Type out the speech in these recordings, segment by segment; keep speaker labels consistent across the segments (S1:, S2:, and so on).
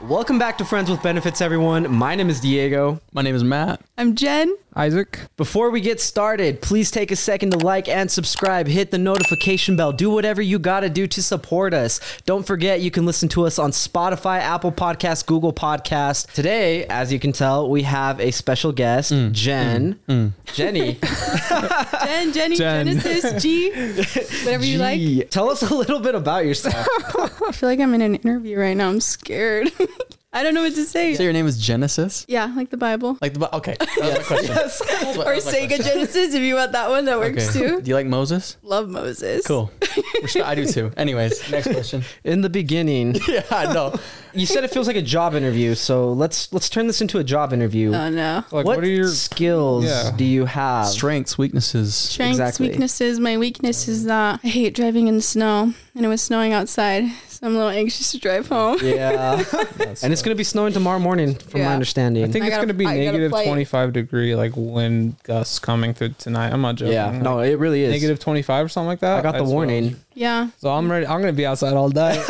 S1: Welcome back to Friends with Benefits, everyone. My name is Diego.
S2: My name is Matt.
S3: I'm Jen.
S4: Isaac.
S1: Before we get started, please take a second to like and subscribe. Hit the notification bell. Do whatever you got to do to support us. Don't forget, you can listen to us on Spotify, Apple Podcasts, Google Podcasts. Today, as you can tell, we have a special guest, Jen. Jenny.
S3: Jen, Jenny,
S2: Jen.
S3: Genesis, G, whatever you like.
S1: Gee, Tell us a little bit about yourself.
S3: I feel like I'm in an interview right now. I'm scared. I don't know what to say.
S2: So your name is Genesis?
S3: Yeah, like the Bible.
S2: Like the Bi- okay. That was my question. That was my-
S3: or
S2: that was my
S3: Sega
S2: question.
S3: Genesis if you want that one. That works
S2: Okay.
S3: too.
S2: Do you like Moses?
S3: Love Moses.
S2: Cool. Respect- I do too. Anyways, next question.
S1: In the beginning,
S2: Yeah, I know.
S1: you said it feels like a job interview, so let's let's turn this into a job interview.
S3: Oh no.
S1: what,
S4: Like, what, are your?
S1: skills
S4: Yeah.
S1: do you have?
S2: Strengths, weaknesses.
S3: Strengths,
S1: Exactly.
S3: weaknesses. My weakness is that I hate driving in the snow, and it was snowing outside, so I'm a little anxious to drive home.
S1: Yeah.
S4: That's-
S1: and it's going to be snowing tomorrow morning, from my
S3: Yeah.
S1: understanding.
S4: I think
S3: I
S4: it's
S3: gotta-
S4: gonna be
S3: I gotta
S4: negative
S3: play it.
S4: twenty five degree, like wind gusts coming through tonight. I'm not joking.
S1: yeah.
S4: Like,
S1: No, it really is.
S4: negative twenty five or something like that.
S1: I got the
S4: swear.
S1: warning.
S3: Yeah.
S4: So I'm ready. I'm gonna be outside all day.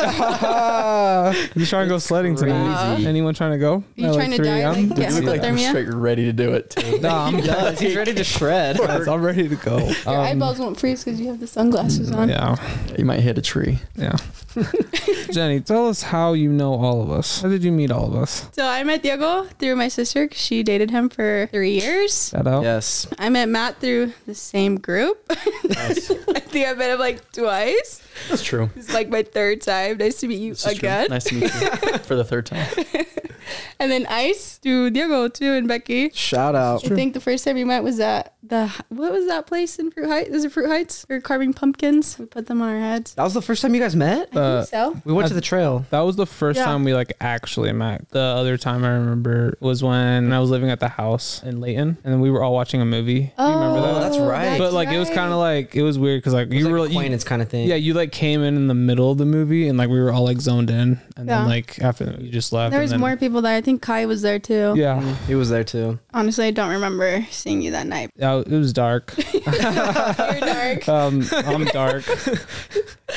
S4: you trying to go sledding tonight?
S3: crazy.
S4: Anyone trying to go?
S3: You
S4: At,
S3: trying to die,
S4: a.m.?
S3: like, Yeah,
S2: You look like you're
S3: hypothermia.
S2: straight ready to do it too.
S4: No, I'm good.
S1: Yes, he's ready to shred.
S4: Guys, I'm ready to go.
S3: Your
S4: Um,
S3: eyeballs won't freeze because you have the sunglasses on.
S4: Yeah,
S2: You might hit a tree.
S4: yeah. Jenny, tell us how you know all of us. How did you meet all of us?
S3: So I met Diego through my sister. 'cause She dated him for three years.
S4: Shout out.
S1: Yes.
S3: I met Matt through the same group. I think I met him like twice.
S2: It's true.
S3: It's like my third time. Nice to meet you
S2: This is true.
S3: again.
S2: Nice to meet you for the third time.
S3: And then Ice through Diego too and Becky.
S1: Shout out.
S3: I think the first time we met was at the what was that place in Fruit Heights? Is it Fruit Heights? We were carving pumpkins. We put them on our heads.
S1: That was the first time you guys met?
S4: Uh,
S3: so
S1: We went to the trail.
S4: That was the first
S3: Yeah.
S4: time we like actually met. The other time I remember was when I was living at the house in Layton, and then we were all watching a movie.
S3: Oh,
S4: Do you remember that?
S1: that's right.
S4: but like it was kind of like it was weird because like
S1: It
S4: you
S1: was like
S4: really you-
S1: acquaintance kind of thing.
S4: yeah you like came in in the middle of the movie and like we were all like zoned in, and
S3: Yeah.
S4: then like after you just left.
S3: there
S4: and
S3: was
S4: then-
S3: more people there. I think Kai was there too.
S4: Yeah,
S1: He was there too.
S3: Honestly, I don't remember seeing you that night.
S4: Yeah, it was dark.
S3: You're dark.
S4: Um, I'm dark,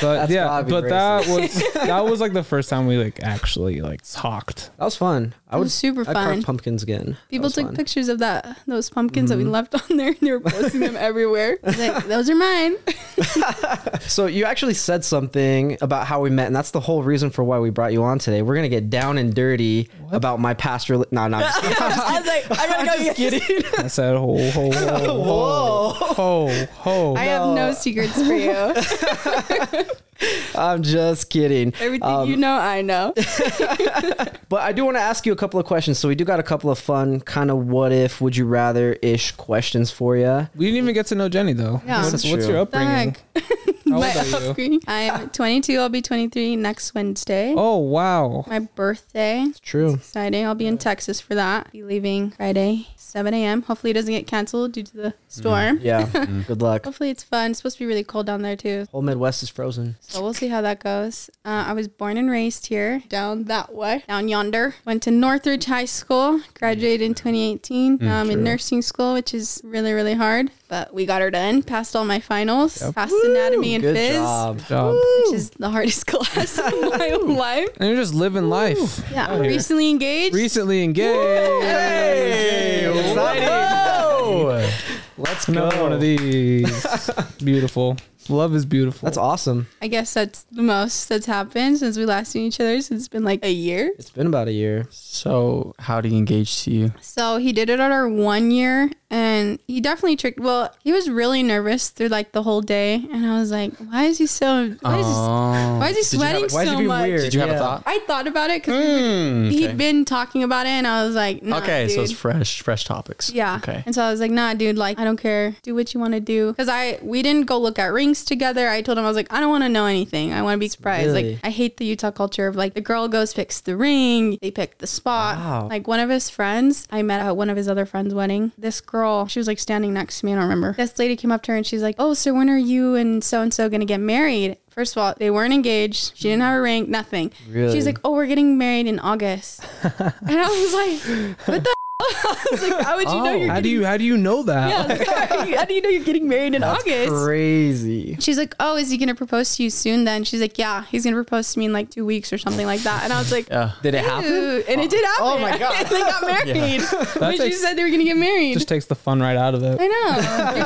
S4: but
S1: That's
S4: yeah,
S1: gotta be
S4: but that was that was like the first time we like actually like talked.
S1: That was fun. I
S3: It
S1: would
S3: was super
S1: I'd carve
S3: fun.
S1: pumpkins again. That
S3: People
S1: was
S3: took
S1: fun. Mm-hmm.
S3: pictures of that those pumpkins that we left on there, and they were posting them everywhere. I was like, those are mine.
S1: So you actually said something about how we met, and that's the whole reason for why we brought you on today. We're gonna get down and dirty about my past. Rel- no, no, I'm just kidding.
S3: I was like, I gotta go.
S1: Just kidding.
S4: I said, ho, ho, ho,
S1: Whoa.
S4: ho, ho.
S3: I have no secrets for you.
S1: I'm just kidding. Um,
S3: Everything you know, I know.
S1: But I do want to ask you a couple of questions. So we do got a couple of fun kind of what if, would you rather ish questions for you.
S4: We didn't even get to know Jenny though.
S3: Yeah.
S4: What's,
S1: That's
S4: what's
S1: true.
S4: your upbringing? How old
S3: My
S4: are you?
S3: upbringing. I am 22. I'll be 23 next Wednesday.
S4: Oh wow.
S3: My birthday. It's
S1: True.
S3: Exciting. I'll be in Texas for that. Be leaving Friday, 7 a.m. Hopefully, it doesn't get canceled due to the storm.
S1: Mm-hmm. Yeah.
S2: Mm-hmm.
S1: Good luck.
S3: Hopefully, it's fun. It's supposed to be really cold down there, too.
S1: Whole Midwest is frozen.
S3: So we'll see how that goes. Uh, I was born and raised here, down that way, down yonder. Went to Northridge High School, graduated in 2018. Now I'm in nursing school, which is really, really hard, but we got her done. Passed all my finals, passed anatomy and
S1: Good
S3: phys,
S1: job.
S4: Job.
S3: which is the hardest class of my life.
S4: And you're just living life.
S3: Yeah,
S4: Out here.
S3: recently engaged.
S4: Recently engaged.
S1: Let's
S4: Another
S1: go.
S4: one of these. beautiful. Love is beautiful.
S1: That's awesome.
S3: I guess that's the most that's happened since we last seen each other. Since it's been like a year.
S1: It's been about a year.
S2: So, how do you engage to you?
S3: So he did it at our one year and he definitely tricked well, he was really nervous through like the whole day and I was like, Why is he so why is he, why is he
S2: Oh. Did you have-
S3: sweating
S1: Why is
S3: so
S1: it be
S3: much?
S1: weird?
S2: Did you have
S1: Yeah.
S2: a thought?
S3: I thought about it because
S2: Hmm.
S3: he'd been talking about it and I was like, nah,
S2: Mm, okay, so
S3: dude."
S2: it's fresh, fresh topics.
S3: Yeah.
S2: Okay.
S3: And so I was like, nah, dude, like, I don't care. Do what you want to do. Cause I, we didn't go look at rings together. I told him, I was like, I don't want to know anything. I want to be surprised.
S1: Really?
S3: Like, I hate the Utah culture of like the girl goes, picks the ring, they pick the spot.
S1: Wow.
S3: Like, one of his friends, I met at one of his other friends' wedding. This girl, she was like standing next to me. I don't remember. This lady came up to her and she's like, oh, so when are you and so and so going to get married? First of all, they weren't engaged. She didn't have a ring, nothing.
S1: Really?
S3: She's like, oh, we're getting married in August. and I was like, what the I was like, how would you know
S2: Oh.
S3: you're
S4: How
S3: getting
S4: do you how do you know that?
S3: yeah, I was like, how, are you- how do you know you're getting married in August?
S2: Crazy.
S3: She's like, oh, is he gonna propose to you soon? Then she's like, yeah, he's gonna propose to me in like two weeks or something like that. And I was like,
S2: Yeah.
S1: Did it happen?
S3: Ew. And it did happen.
S1: Oh my God.
S3: they got married. But she
S4: ex-
S3: said they were gonna get married.
S4: Just takes the fun right out of it.
S3: I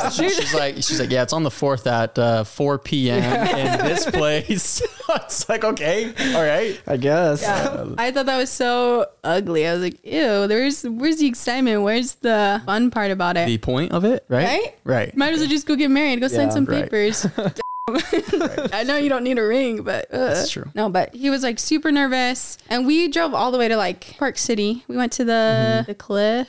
S3: know.
S2: She's like, she's like, yeah, it's on the fourth at uh, 4 p.m. in this place. it's like, okay, all right.
S1: I guess.
S3: Yeah. I thought that was so ugly. I was like, ew, there's where's the excitement? Where's the fun part about it?
S2: The point of it, right? Right.
S3: Might as well just go get married, go sign
S1: Yeah,
S3: some
S2: right.
S3: papers. I know you don't need a ring, but uh.
S2: That's true.
S3: No, but he was like super nervous, and we drove all the way to like Park City. We went to the the cliff.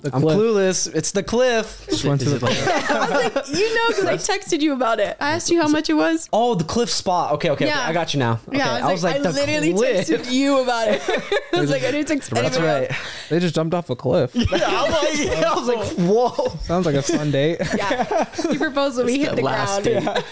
S4: The
S1: I'm
S4: clip.
S1: clueless. It's the cliff.
S4: Just went to
S2: Is
S4: the
S2: it like-
S3: I was like, you know, because I texted you about it. I asked you how much it was.
S1: Oh, the cliff spot. Okay, okay, okay.
S3: Yeah.
S1: I got you now. Okay.
S3: Yeah, I was, like,
S1: the
S3: I literally
S1: cliff.
S3: texted you about it. I was like, I didn't text
S1: That's
S3: anyone
S1: right.
S3: else.
S4: They just jumped off a cliff.
S1: Yeah, I was like, I was like, whoa.
S4: Sounds like a fun date.
S3: Yeah, he proposed when we hit
S2: that
S3: the
S2: last
S3: ground.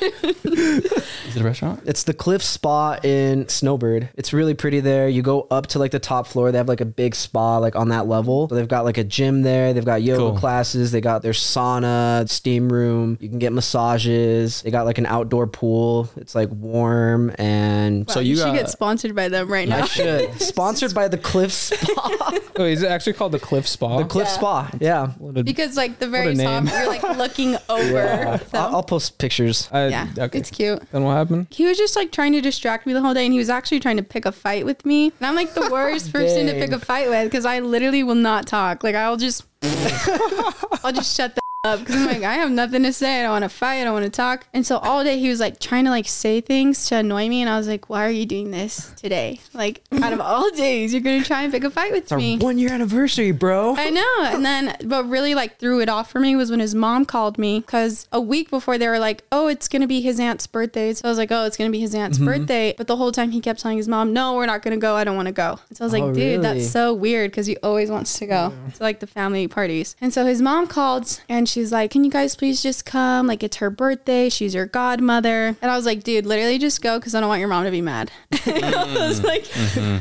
S2: Is it a restaurant?
S1: It's the cliff spa in Snowbird. It's really pretty there. You go up to like the top floor. They have like a big spa like on that level. So they've got like a gym there. They've got yoga
S2: Cool.
S1: classes. They got their sauna, steam room. You can get massages. They got like an outdoor pool. It's like warm and
S3: Wow,
S2: So
S3: you
S2: you
S3: should
S2: got-
S3: get sponsored by them right
S1: I
S3: now.
S1: should. Sponsored by the Cliff Spa.
S4: Wait, is it actually called the Cliff Spa?
S1: The Cliff
S3: Yeah.
S1: Spa. Yeah.
S4: What a-
S3: Because like the very top,
S4: name.
S3: you're like looking over. So,
S1: I'll, I'll post pictures.
S4: I-
S3: yeah,
S4: okay.
S3: it's cute.
S4: Then what happened?
S3: He was just like trying to distract me the whole day, and he was actually trying to pick a fight with me. And I'm like the worst person to
S1: Dang.
S3: pick a fight with because I literally will not talk. Like I'll just, I'll just shut the up because I'm like I have nothing to say. I don't want to fight. I don't want to talk. And so all day he was like trying to like say things to annoy me, and I was like, Why are you doing this today? Like out of all days, you're gonna try and pick a fight with
S1: Our
S3: me.
S1: one year anniversary, bro.
S3: I know. And then what really like threw it off for me was when his mom called me because a week before they were like, oh, it's going to be his aunt's birthday. So I was like, oh, it's going to be his aunt's
S1: Mm-hmm.
S3: birthday. But the whole time he kept telling his mom, no, we're not going to go. I don't want to go. And so I was like,
S1: Oh,
S3: dude,
S1: really?
S3: that's so weird because he always wants to go to like the family parties. And so his mom called and she's like, can you guys please just come? Like it's her birthday. She's your godmother. And I was like, dude, literally just go because I don't want your mom to be mad. I
S1: Mm-hmm.
S3: was like,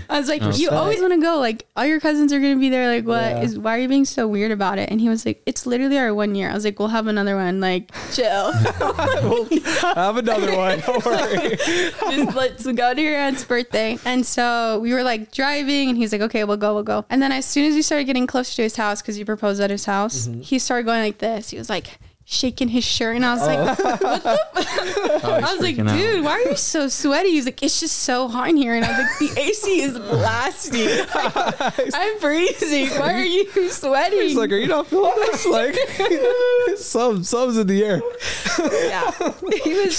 S3: I was like, you always want to go. Like, all your cousins are going to be there. Like, what is?
S1: Yeah.
S3: Why are you being so weird about it? And he was like, it's literally our one year. I was like, we'll have another one. Like, chill.
S4: I have another one. Don't worry.
S3: Just let's go to your aunt's birthday. And so we were like driving, and he's like, okay, we'll go, we'll go. And then as soon as we started getting closer to his house, because he proposed at his house,
S4: Mm-hmm.
S3: he started going like this. He was like, shaking his shirt and I was like
S4: Oh.
S3: I was like dude why are you so sweaty he's like it's just so hot in here and I was like the AC is blasting I'm freezing why are you sweating
S4: He's like, are you not feeling this? Like, some some's in the air.
S3: Yeah. He was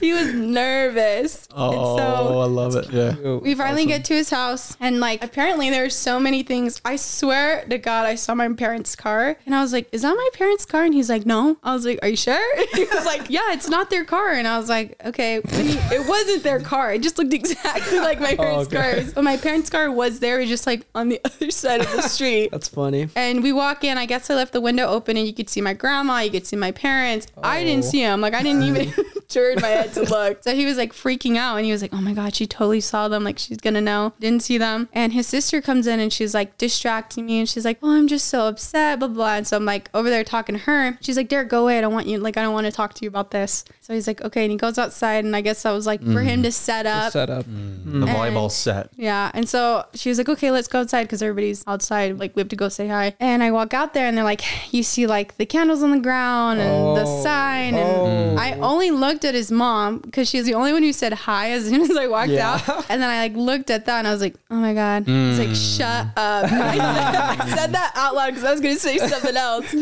S3: he was nervous.
S2: Oh,
S3: And so
S2: I love it. Yeah.
S3: we finally get to his house and like apparently there were so many things. I swear to God, I saw my parents' car and I was like, Is that my parents' car? And he's like, No. I was like, Are you sure? He was like, Yeah, it's not their car. And I was like, Okay. What do you- it wasn't their car. It just looked exactly like my parents'
S4: okay.
S3: cars. But my parents' car was there, it was just like on the other side of the street.
S1: That's funny.
S3: And we walk in. I guess I left the window open, and you could see my grandma. You could see my parents. I didn't see him. Like I didn't even turn my head to look. So he was like freaking out, and he was like, "Oh my god, she totally saw them. Like she's gonna know." Didn't see them. And his sister comes in, and she's like distracting me, and she's like, "Oh, I'm just so upset." Blah blah. And so I'm like over there talking to her. She's like, "Derek, go away. I don't want you. Like I don't want to talk to you about this." So he's like, "Okay." And he goes outside, and I guess I was like for him to set up.
S4: set up.
S2: The volleyball set.
S3: Yeah. And so she was like, okay, let's go outside because everybody's outside. Like, we have to go say hi. And I walk out there and they're like, you see, like, the candles on the ground and the
S4: Oh.
S3: sign. And I only looked at his mom because she was the only one who said hi as soon as I walked out. And then I, like, looked at that and I was like, oh my God. I was like, shut up. I said, I said that out loud because I was going to say something else.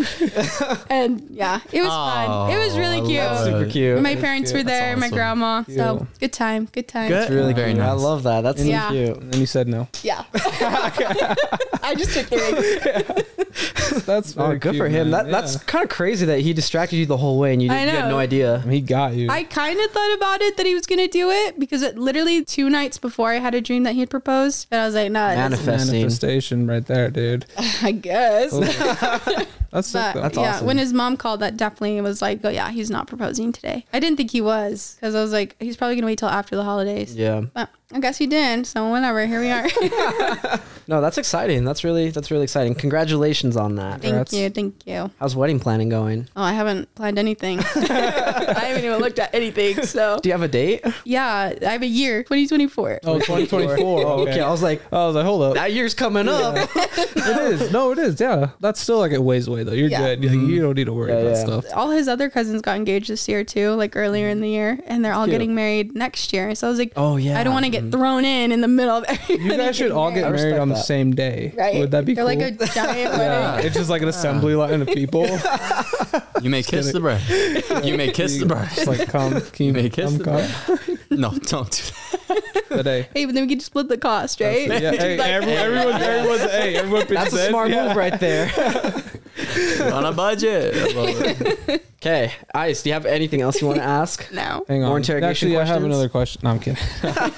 S3: and yeah, it was fun. It was really
S2: Oh, I
S3: cute.
S2: love
S4: Super cute.
S3: my parents were there, my
S2: awesome.
S3: grandma. So
S4: Cute.
S3: good time. Good time.
S1: It's really
S2: Very
S1: cute. I
S2: nice.
S1: love that. That's so
S3: Yeah.
S1: cute.
S4: And then you said no.
S3: Yeah. I just took the ring.
S4: That's
S1: Oh,
S4: very
S1: good
S4: cute,
S1: for him.
S4: man.
S1: That, that's
S4: Yeah.
S1: kind of crazy that he distracted you the whole way and you,
S3: I
S1: didn't, you had
S3: know.
S1: no idea.
S4: He got you.
S3: I kind of thought about it that he was going to do it because it, literally two nights before I had a dream that he had proposed. And I was like, nah,
S1: Manif-
S3: it doesn't-
S1: Manifesting.
S4: Manifestation right there, dude.
S3: I guess.
S4: Oh. That's sick,
S3: But
S4: though.
S3: yeah,
S1: awesome.
S3: when his mom called, that definitely was like, oh yeah, he's not proposing today. I didn't think he was because I was like, he's probably gonna wait till after the holidays.
S1: Yeah.
S3: But I guess he did. So whatever. Here we are.
S1: No, that's exciting. That's really that's really exciting. Congratulations on that.
S3: thank
S4: Congrats.
S3: you. Thank you.
S1: How's wedding planning going?
S3: Oh, I haven't planned anything. I haven't even looked at anything. So
S1: Do you have a date?
S3: yeah, I have a year, 2024.
S4: Oh, 2024.
S1: Oh, okay. I was like,
S4: I was like, hold up.
S1: that year's coming up.
S4: it is. No, it is. Yeah. That's still like a ways away, though. You're
S3: Yeah.
S4: good. Like, you don't need to worry
S1: Yeah,
S4: about
S1: yeah.
S4: stuff.
S3: All his other cousins got engaged this year too, like earlier
S4: Mm-hmm.
S3: in the year, and they're all
S1: Cute.
S3: getting married next year. So I was like,
S1: Oh, yeah.
S3: I don't want to get thrown in in the middle of everybody.
S4: You guys should
S3: getting
S4: all get
S1: I
S4: married
S1: respect
S4: on the
S1: that.
S4: same day.
S3: right.
S4: Would that be
S3: They're
S4: cool?
S3: like a giant
S4: yeah.
S3: wedding.
S4: It's just like an assembly line of people.
S2: You may kiss the bride. You may kiss the bride.
S4: It's like, come, can you
S2: may
S4: make
S2: kiss
S4: come,
S2: the
S4: come
S2: No, don't do that.
S4: today?
S3: Hey, but then we could split the cost, right?
S4: Yeah, hey,
S3: Like-
S4: everyone, everyone, everyone's, hey, everyone pitches
S1: That's a
S4: in.
S1: smart
S4: Yeah.
S1: move right there.
S2: We're on a budget. I love it.
S1: Okay, Ice, do you have anything else you want to ask?
S3: No.
S4: Hang on.
S1: More interrogation
S4: Actually, I have
S1: questions?
S4: another question. No, I'm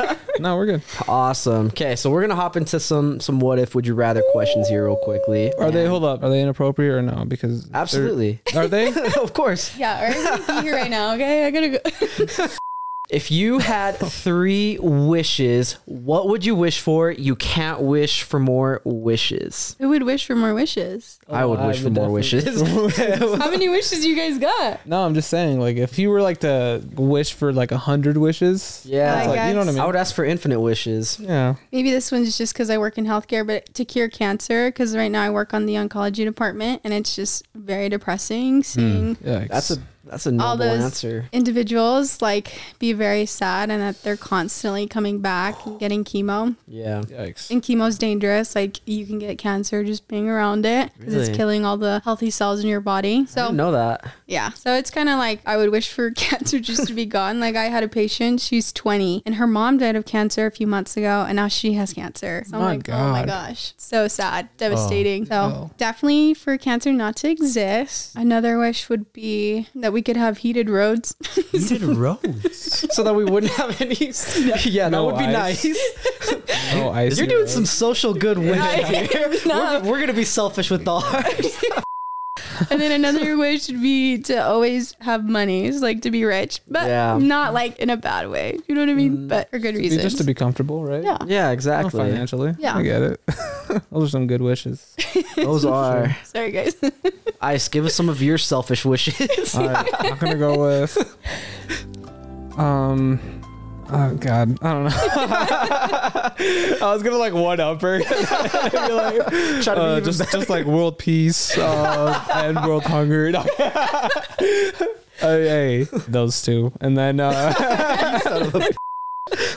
S4: kidding. no, we're good.
S1: Awesome. Okay, so we're gonna hop into some some what if would you rather questions here real quickly.
S4: Are they, hold up, are they inappropriate or no? Because. they're-
S1: Absolutely.
S4: Are they?
S1: of course.
S3: Yeah, or I'm gonna be here right now. Okay, I gotta go.
S1: If you had three wishes, what would you wish for? You can't wish for more wishes.
S3: Who would wish for more wishes?
S1: I would
S4: I
S1: wish for
S4: would
S1: more wishes.
S4: definitely
S3: How many wishes you guys got?
S4: No, I'm just saying, like, if you were like to wish for like a hundred wishes,
S1: Yeah.
S4: it's like, you know what I mean?
S1: I would ask for infinite wishes.
S4: yeah.
S3: Maybe this one's just because I work in healthcare, but to cure cancer, because right now I work on the oncology department, and it's just very depressing seeing
S4: Yikes.
S1: That's a that's a
S3: all
S1: noble
S3: those
S1: answer.
S3: individuals like be very sad and that they're constantly coming back and getting chemo.
S1: Yeah.
S4: yikes.
S3: And chemo's dangerous. Like you can get cancer just being around it because
S1: Really?
S3: it's killing all the healthy cells in your body.
S1: I
S3: So
S1: didn't know that.
S3: Yeah. So it's kind of like I would wish for cancer just to be gone. Like I had a patient, she's 20, and her mom died of cancer a few months ago, and now she has cancer. So I'm
S4: My
S3: like, oh my
S4: God.
S3: gosh. So
S1: Oh.
S3: sad, devastating. so
S4: no.
S3: definitely for cancer not to exist. Another wish would be that we could have heated roads.
S2: You did roads.
S1: So that we wouldn't have any Yeah,
S4: No
S1: that would be
S4: ice.
S1: nice.
S4: Oh, I
S1: You're doing some social good wishes here. We're,
S3: No.
S1: we're gonna be selfish with all ours.
S3: and then another wish would be to always have money, it's like to be rich, but
S1: Yeah.
S3: not like in a bad way. You know what I mean? But for good reasons.
S4: just to Mm. be comfortable, right?
S3: yeah.
S1: yeah,
S4: Not
S1: exactly.
S4: financially.
S3: Yeah.
S4: I get it. Those are some good wishes.
S1: Those are
S3: Sorry, guys.
S1: Ice. Give us some of your selfish wishes.
S4: All right, I'm gonna go with. Um. Oh God, I don't know. I was gonna like one upper,
S1: Try to be
S4: uh,
S1: even
S4: just just like world peace uh, and world hunger. No. Uh, hey, those two, and then uh,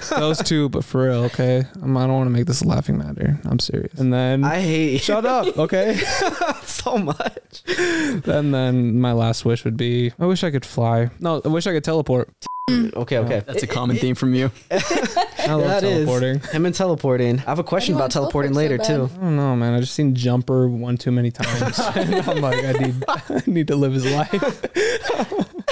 S4: those two, but for real, okay. Um, I don't want to make this a laughing matter. I'm serious. And then
S1: I hate
S4: shut up, okay.
S1: so much.
S4: and then my last wish would be I wish I could fly. No, I wish I could teleport. Mm.
S1: Okay, okay.
S2: That's a common theme from you.
S4: I love
S1: That is-
S4: teleporting.
S1: Him and teleporting. I have a question
S3: do you
S1: about
S3: want to
S1: teleporting later
S3: teleport so
S1: too.
S4: I don't know, man. I just seen Jumper one too many times. And I'm like, I need, I need to live his life.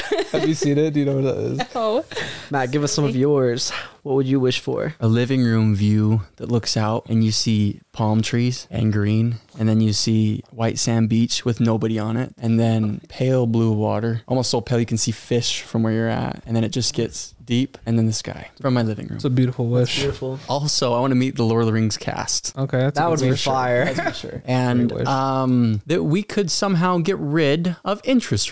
S4: Have you seen it? Do you know what that is?
S3: oh.
S1: Matt, give us some of yours. What would you wish for?
S2: A living room view that looks out and you see palm trees and green, and then you see white sand beach with nobody on it, and then pale blue water, almost so pale you can see fish from where you're at, and then it just gets deep, and then the sky from my living room.
S4: It's a beautiful wish.
S1: Beautiful.
S2: Also, I want to meet the Lord of the Rings cast.
S4: Okay, that's a
S1: That
S4: good
S1: would be
S4: wish.
S1: fire.
S4: That's for sure.
S2: And
S4: Great wish.
S2: um, that we could somehow get rid of interest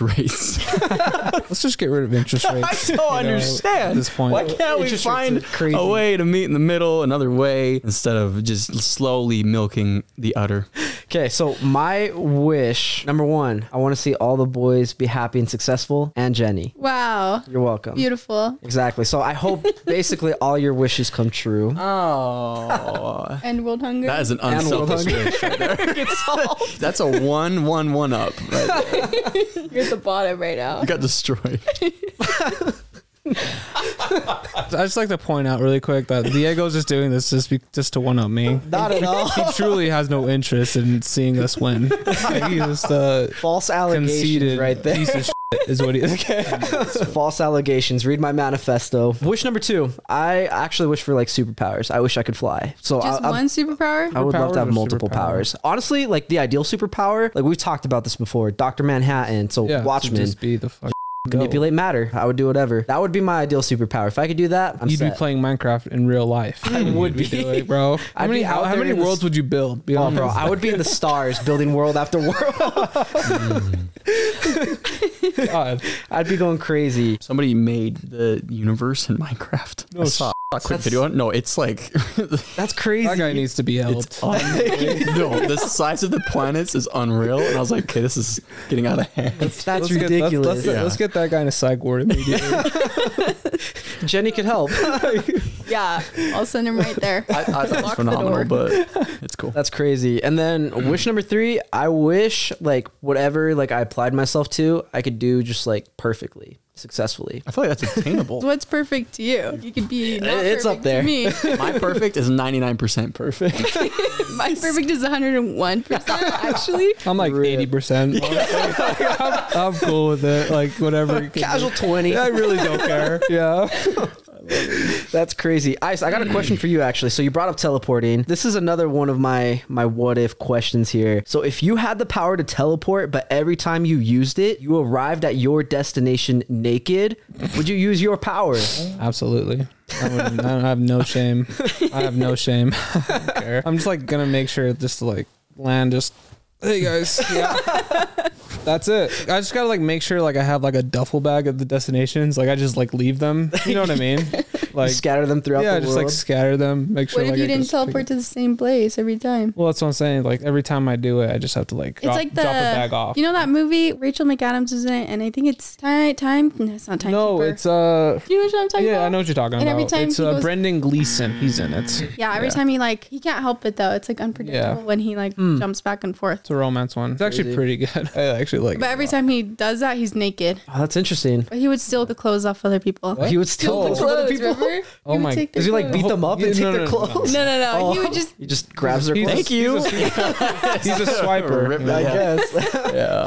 S2: rates.
S4: Let's just get rid of interest rates.
S2: I don't
S4: you know,
S2: understand.
S4: at this point.
S2: Why can't we
S1: Interest rates are
S2: find
S1: crazy.
S2: a way to meet in the middle, another way, instead of just slowly milking the udder?
S1: Okay, so my wish number one, I want to see all the boys be happy and successful, and Jenny.
S3: Wow.
S1: You're welcome.
S3: Beautiful.
S1: Exactly. So I hope basically all your wishes come true.
S2: Oh.
S3: And world hunger.
S2: That is an
S1: Animal
S2: unselfish
S1: hunger.
S2: wish. Right there. That's a one, one, one up. Right there.
S3: You're at the bottom right now.
S2: You got destroyed.
S4: I just like to point out really quick that Diego's just doing this just be, just to one up me.
S1: Not at all.
S4: He truly has no interest in seeing us win. He's just uh,
S1: False allegations
S4: conceited
S1: right there.
S4: piece of is what he okay.
S1: False allegations. Read my manifesto. Wish number two. I actually wish for like superpowers. I wish I could fly. So
S3: Just
S1: I, I,
S3: one superpower?
S1: I would love
S4: Superpowers
S1: to have
S4: or
S1: multiple
S4: superpower?
S1: powers. Honestly, like the ideal superpower, like we've talked about this before. Doctor Manhattan. So
S4: Yeah, to
S1: Watchmen.
S4: Just be the fuck.
S1: manipulate matter. I would do whatever. That would be my ideal superpower. If I could do that, I'm
S4: You'd
S1: set.
S4: be playing Minecraft in real life. I
S1: would be.
S4: doing, bro. How
S1: I'd
S4: many
S1: be out
S4: how, how
S1: there
S4: many
S1: in the
S4: worlds
S1: s-
S4: would you build? Be
S1: Oh,
S4: honest.
S1: bro, I would be in the stars building world after world.
S4: God.
S1: I'd be going crazy.
S2: Somebody made the universe in Minecraft.
S4: No
S2: I saw a quick
S1: That's-
S2: video on. it. No, it's like
S1: That's
S4: That guy
S1: crazy.
S4: needs to be helped.
S2: no, the size of the planets is unreal, and I was like, okay, this is getting out of hand.
S1: That's
S4: Let's get- let's-
S1: ridiculous.
S4: let's, let's,
S2: Yeah.
S4: get that guy in a psych ward immediately.
S1: Jenny could help.
S3: Yeah. I'll send him right there.
S2: I, I thought it was
S3: Lock the
S2: phenomenal,
S3: door.
S2: but it's cool.
S1: That's crazy. And then wish number three, I wish like whatever like I applied myself to, I could do just like perfectly, successfully.
S2: I feel like that's attainable.
S3: What's perfect to you? You could be. Not
S1: It's up
S3: perfect
S1: there.
S3: To me.
S2: My perfect is 99% perfect.
S3: My perfect is 101%, actually.
S4: I'm like
S1: Rip.
S4: eighty percent. I'm, I'm cool with it. Like whatever. it could be.
S1: Casual 20.
S4: I really don't care. Yeah.
S1: That's crazy. Ice, I got a question for you actually. So you brought up teleporting. This is another one of my my what if questions here. So if you had the power to teleport, but every time you used it, you arrived at your destination naked, would you use your power?
S4: Absolutely. I, would, I don't have no shame. I have no shame. I don't care. I'm just like gonna make sure just to like land just. Hey guys, yeah. that's it. I just gotta like make sure like I have like a duffel bag at the destinations. Like I just like leave them. You know what I mean? Like
S1: Scatter them throughout
S4: yeah,
S1: the
S4: just
S1: world.
S4: like scatter them. Make sure.
S3: What if
S4: like,
S3: you
S4: I
S3: didn't
S4: just pick
S3: teleport
S4: it-
S3: to the same place every time?
S4: Well, that's what I'm saying. Like every time I do it, I just have to like drop,
S3: it's like the
S4: drop a bag off.
S3: You know that movie Rachel McAdams is in it, and I think it's time. Time? No, it's not time.
S4: no, it's uh.
S3: Do you know what I'm talking
S4: Yeah,
S3: about?
S4: I know what you're talking
S3: And
S4: about.
S3: every time
S4: it's
S3: he
S4: uh,
S3: goes-
S4: Brendan Gleeson. He's in it.
S3: Yeah, every
S4: Yeah.
S3: time he like he can't help it though. It's like unpredictable when he like jumps back and forth.
S4: It's a romance one. It's actually
S1: Crazy.
S4: pretty good. I actually like. it.
S3: But every time he does that, he's naked.
S1: oh, that's interesting.
S3: But he would steal the clothes off other people.
S1: He would steal
S4: Oh.
S1: things from other people.
S3: remember?
S4: Oh
S3: He would
S4: my-
S3: take their
S1: Does he like
S3: clothes.
S1: beat them up and
S4: Yeah,
S1: take
S4: no,
S1: their
S4: no, no, no.
S1: clothes?
S3: No, no, no.
S1: Oh.
S3: He would just
S1: He just grabs their
S4: He's a-
S1: clothes.
S2: Thank you.
S4: He's a, he's a swiper.
S2: Rip
S1: I
S2: that.
S1: guess.
S2: Yeah.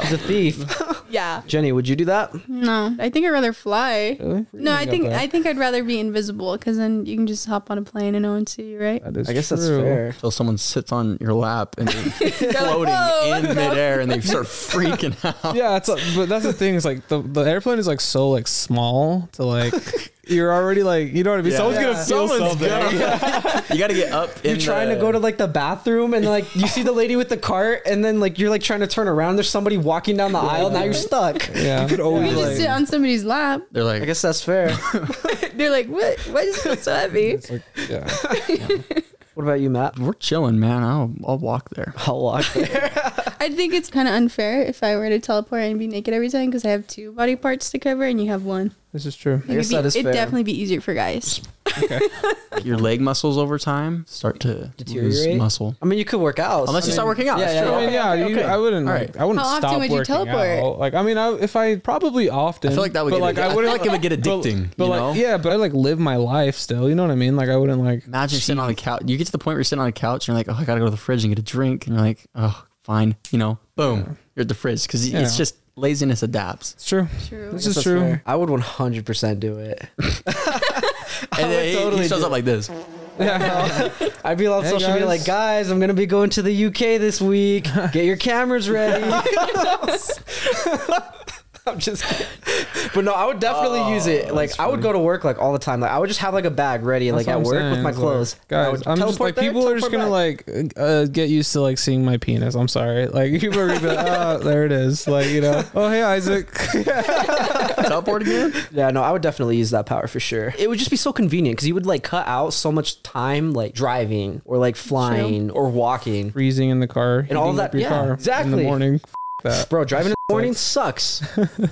S1: He's a thief.
S3: yeah.
S1: Jenny, would you do that?
S3: No, I think I'd rather fly.
S4: Really?
S3: No, I
S4: got
S3: think
S4: that.
S3: I think I'd rather be invisible because then you can just hop on a plane and no one see you, right?
S4: That is
S1: I guess that's
S4: true.
S1: fair.
S2: Until someone sits on your lap and they're
S3: They're like,
S2: floating
S3: "Whoa, what
S2: in
S3: the-
S2: midair and they start freaking out.
S4: Yeah, it's like, but that's the thing. Is like the, the airplane is like so like small to like you're already like you know what I mean.
S2: Yeah.
S4: Someone's gonna
S1: Yeah.
S4: feel
S2: Someone's
S4: something.
S2: gonna- You got to get up.
S1: You're
S2: in
S1: trying
S2: the-
S1: to go to like the bathroom and like you see the lady with the cart and then like you're like trying to turn around. There's somebody walking down the aisle. Now you're stuck.
S4: Yeah,
S3: You
S1: always,
S3: can just sit on somebody's lap.
S2: They're like,
S1: I guess that's fair.
S3: They're like, what? Why is it so heavy?
S4: It's like, yeah.
S1: what about you, Matt?
S2: we're chilling, man. I'll, I'll walk there.
S1: I'll walk.
S3: I think it's kind of unfair if I were to teleport and be naked every time because I have two body parts to cover and you have one.
S4: This is true.
S1: I guess
S3: It'd be-
S1: that is
S3: it'd
S1: fair.
S3: definitely be easier for guys.
S2: Your leg muscles over time start to lose
S1: Deteriorate?
S2: muscle.
S1: I mean, you could work out.
S2: Unless you start working out.
S1: Yeah,
S2: that's
S1: yeah,
S3: Oh,
S2: true.
S4: I mean,
S1: Okay,
S4: yeah,
S1: okay,
S4: you,
S1: okay.
S4: I wouldn't.
S2: All
S4: Like,
S2: right.
S4: I wouldn't
S3: How often
S4: stop
S3: would you
S4: working
S3: teleport?
S4: out. Like, I mean, I, if I probably often.
S2: I feel like that would
S4: But
S2: get
S4: like,
S2: addic- I
S4: I
S2: feel
S4: wouldn't
S2: like it would get
S4: but-
S2: addicting,
S4: But
S2: you
S4: like,
S2: know?
S4: yeah, but I like live my life still. You know what I mean? Like, I wouldn't like.
S2: Imagine sitting on the couch. You get to the point where you're sitting on the couch and you're like, oh, I got to go to the fridge and get a drink. And you're like, oh, fine. You know, boom. You're at the fridge because
S4: Yeah.
S2: it's just laziness adapts.
S4: It's true.
S3: True.
S4: This
S1: Guess
S4: is
S1: that's
S4: true.
S1: fair. I would 100% do it.
S2: And
S1: would
S2: then he-
S1: totally
S2: he shows
S1: do
S2: up like this.
S1: I'd be on
S4: Hey,
S1: social media
S4: guys.
S1: like, guys, I'm going to be going to the UK this week. Get your cameras ready. I'm just kidding. But no, I would definitely use it. Like, I would go to work like all the time. Like, I would just have like a bag ready, like
S4: That's
S1: at
S4: what
S1: work
S4: I'm
S1: with
S4: saying,
S1: my
S4: is,
S1: clothes.
S4: Like,
S1: I
S4: guys,
S1: would
S4: I'm just
S1: teleport
S4: like
S1: there,
S4: people are just gonna
S1: teleport
S4: like uh, get used to like seeing my penis. I'm sorry. Like people are gonna be like, oh, there it is. Like you know, oh hey Isaac.
S2: Teleport again?
S1: back. Yeah, no, I would definitely use that power for sure. It would just be so convenient because you would like cut out so much time like driving or like flying or walking.
S4: Freezing in the car. heating
S1: all that-
S4: up your
S1: yeah,
S4: car In
S1: exactly.
S4: the morning. F- that.
S1: Bro, driving in the morning sucks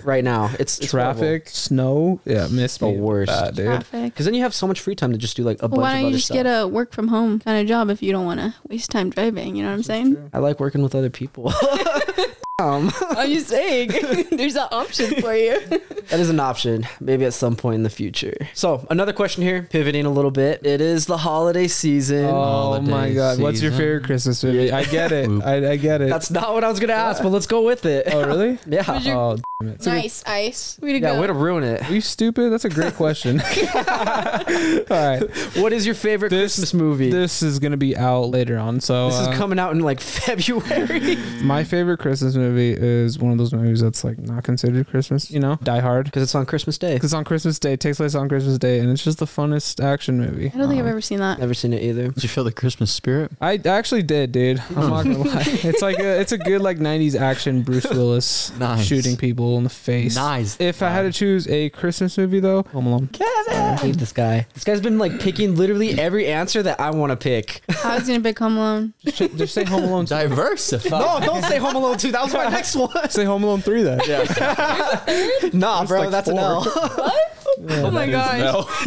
S1: right now. It's, it's
S4: Traffic, snow, yeah, miss
S1: The
S4: me with
S1: worst.
S4: that, dude.
S3: Traffic.
S1: Because then you have so much free time to just do like a
S3: Well,
S1: bunch
S3: why
S1: of
S3: don't
S1: other
S3: you just
S1: stuff.
S3: get a work from home kind of job if you don't want to waste time driving? You know what I'm saying?
S1: I like working with other people. that
S3: I'm just saying, there's an option for you.
S1: is an option. Maybe at some point in the future. So another question here, pivoting a little bit. It is the holiday season.
S4: Oh my
S2: Holiday
S4: god! What's your
S2: season.
S4: favorite Christmas movie? I get it. I, I get it.
S1: That's not what I was gonna ask, but let's go with it.
S4: oh really?
S1: Yeah.
S3: Would you-
S4: Oh, damn it.
S3: nice ice. Way to
S1: Yeah,
S3: go.
S1: way to ruin it.
S4: Are you stupid? That's a great question. All right.
S1: What is your favorite
S4: This-
S1: Christmas movie? This,
S4: This is going to be out later on. So uh,
S1: is coming out in like February.
S4: my favorite Christmas movie is one of those movies that's like not considered Christmas, you know, Die Hard.
S1: Because it's on Christmas Day.
S4: Because on Christmas Day, it takes place on Christmas Day, and it's just the funnest action movie.
S3: I don't think I've
S4: Um,
S3: ever seen that.
S1: Never seen it either.
S2: Did you feel the Christmas spirit?
S4: I actually did, dude. I'm not gonna lie. It's like a, it's a good like '90s action. Bruce Willis
S2: Nice.
S4: shooting people in the face.
S2: Nice.
S4: If I had to choose a Christmas movie, though, Home Alone.
S1: I hate this guy. This guy's been like picking literally every answer that I want to pick.
S3: I was gonna pick Home Alone.
S4: Just, just say Home Alone.
S2: Diversify.
S1: No, don't say Home Alone 2. That was my next one.
S4: say Home Alone Three. Then.
S1: Nah, bro,
S2: like
S1: that's an
S2: four.
S1: L.
S3: oh my gosh.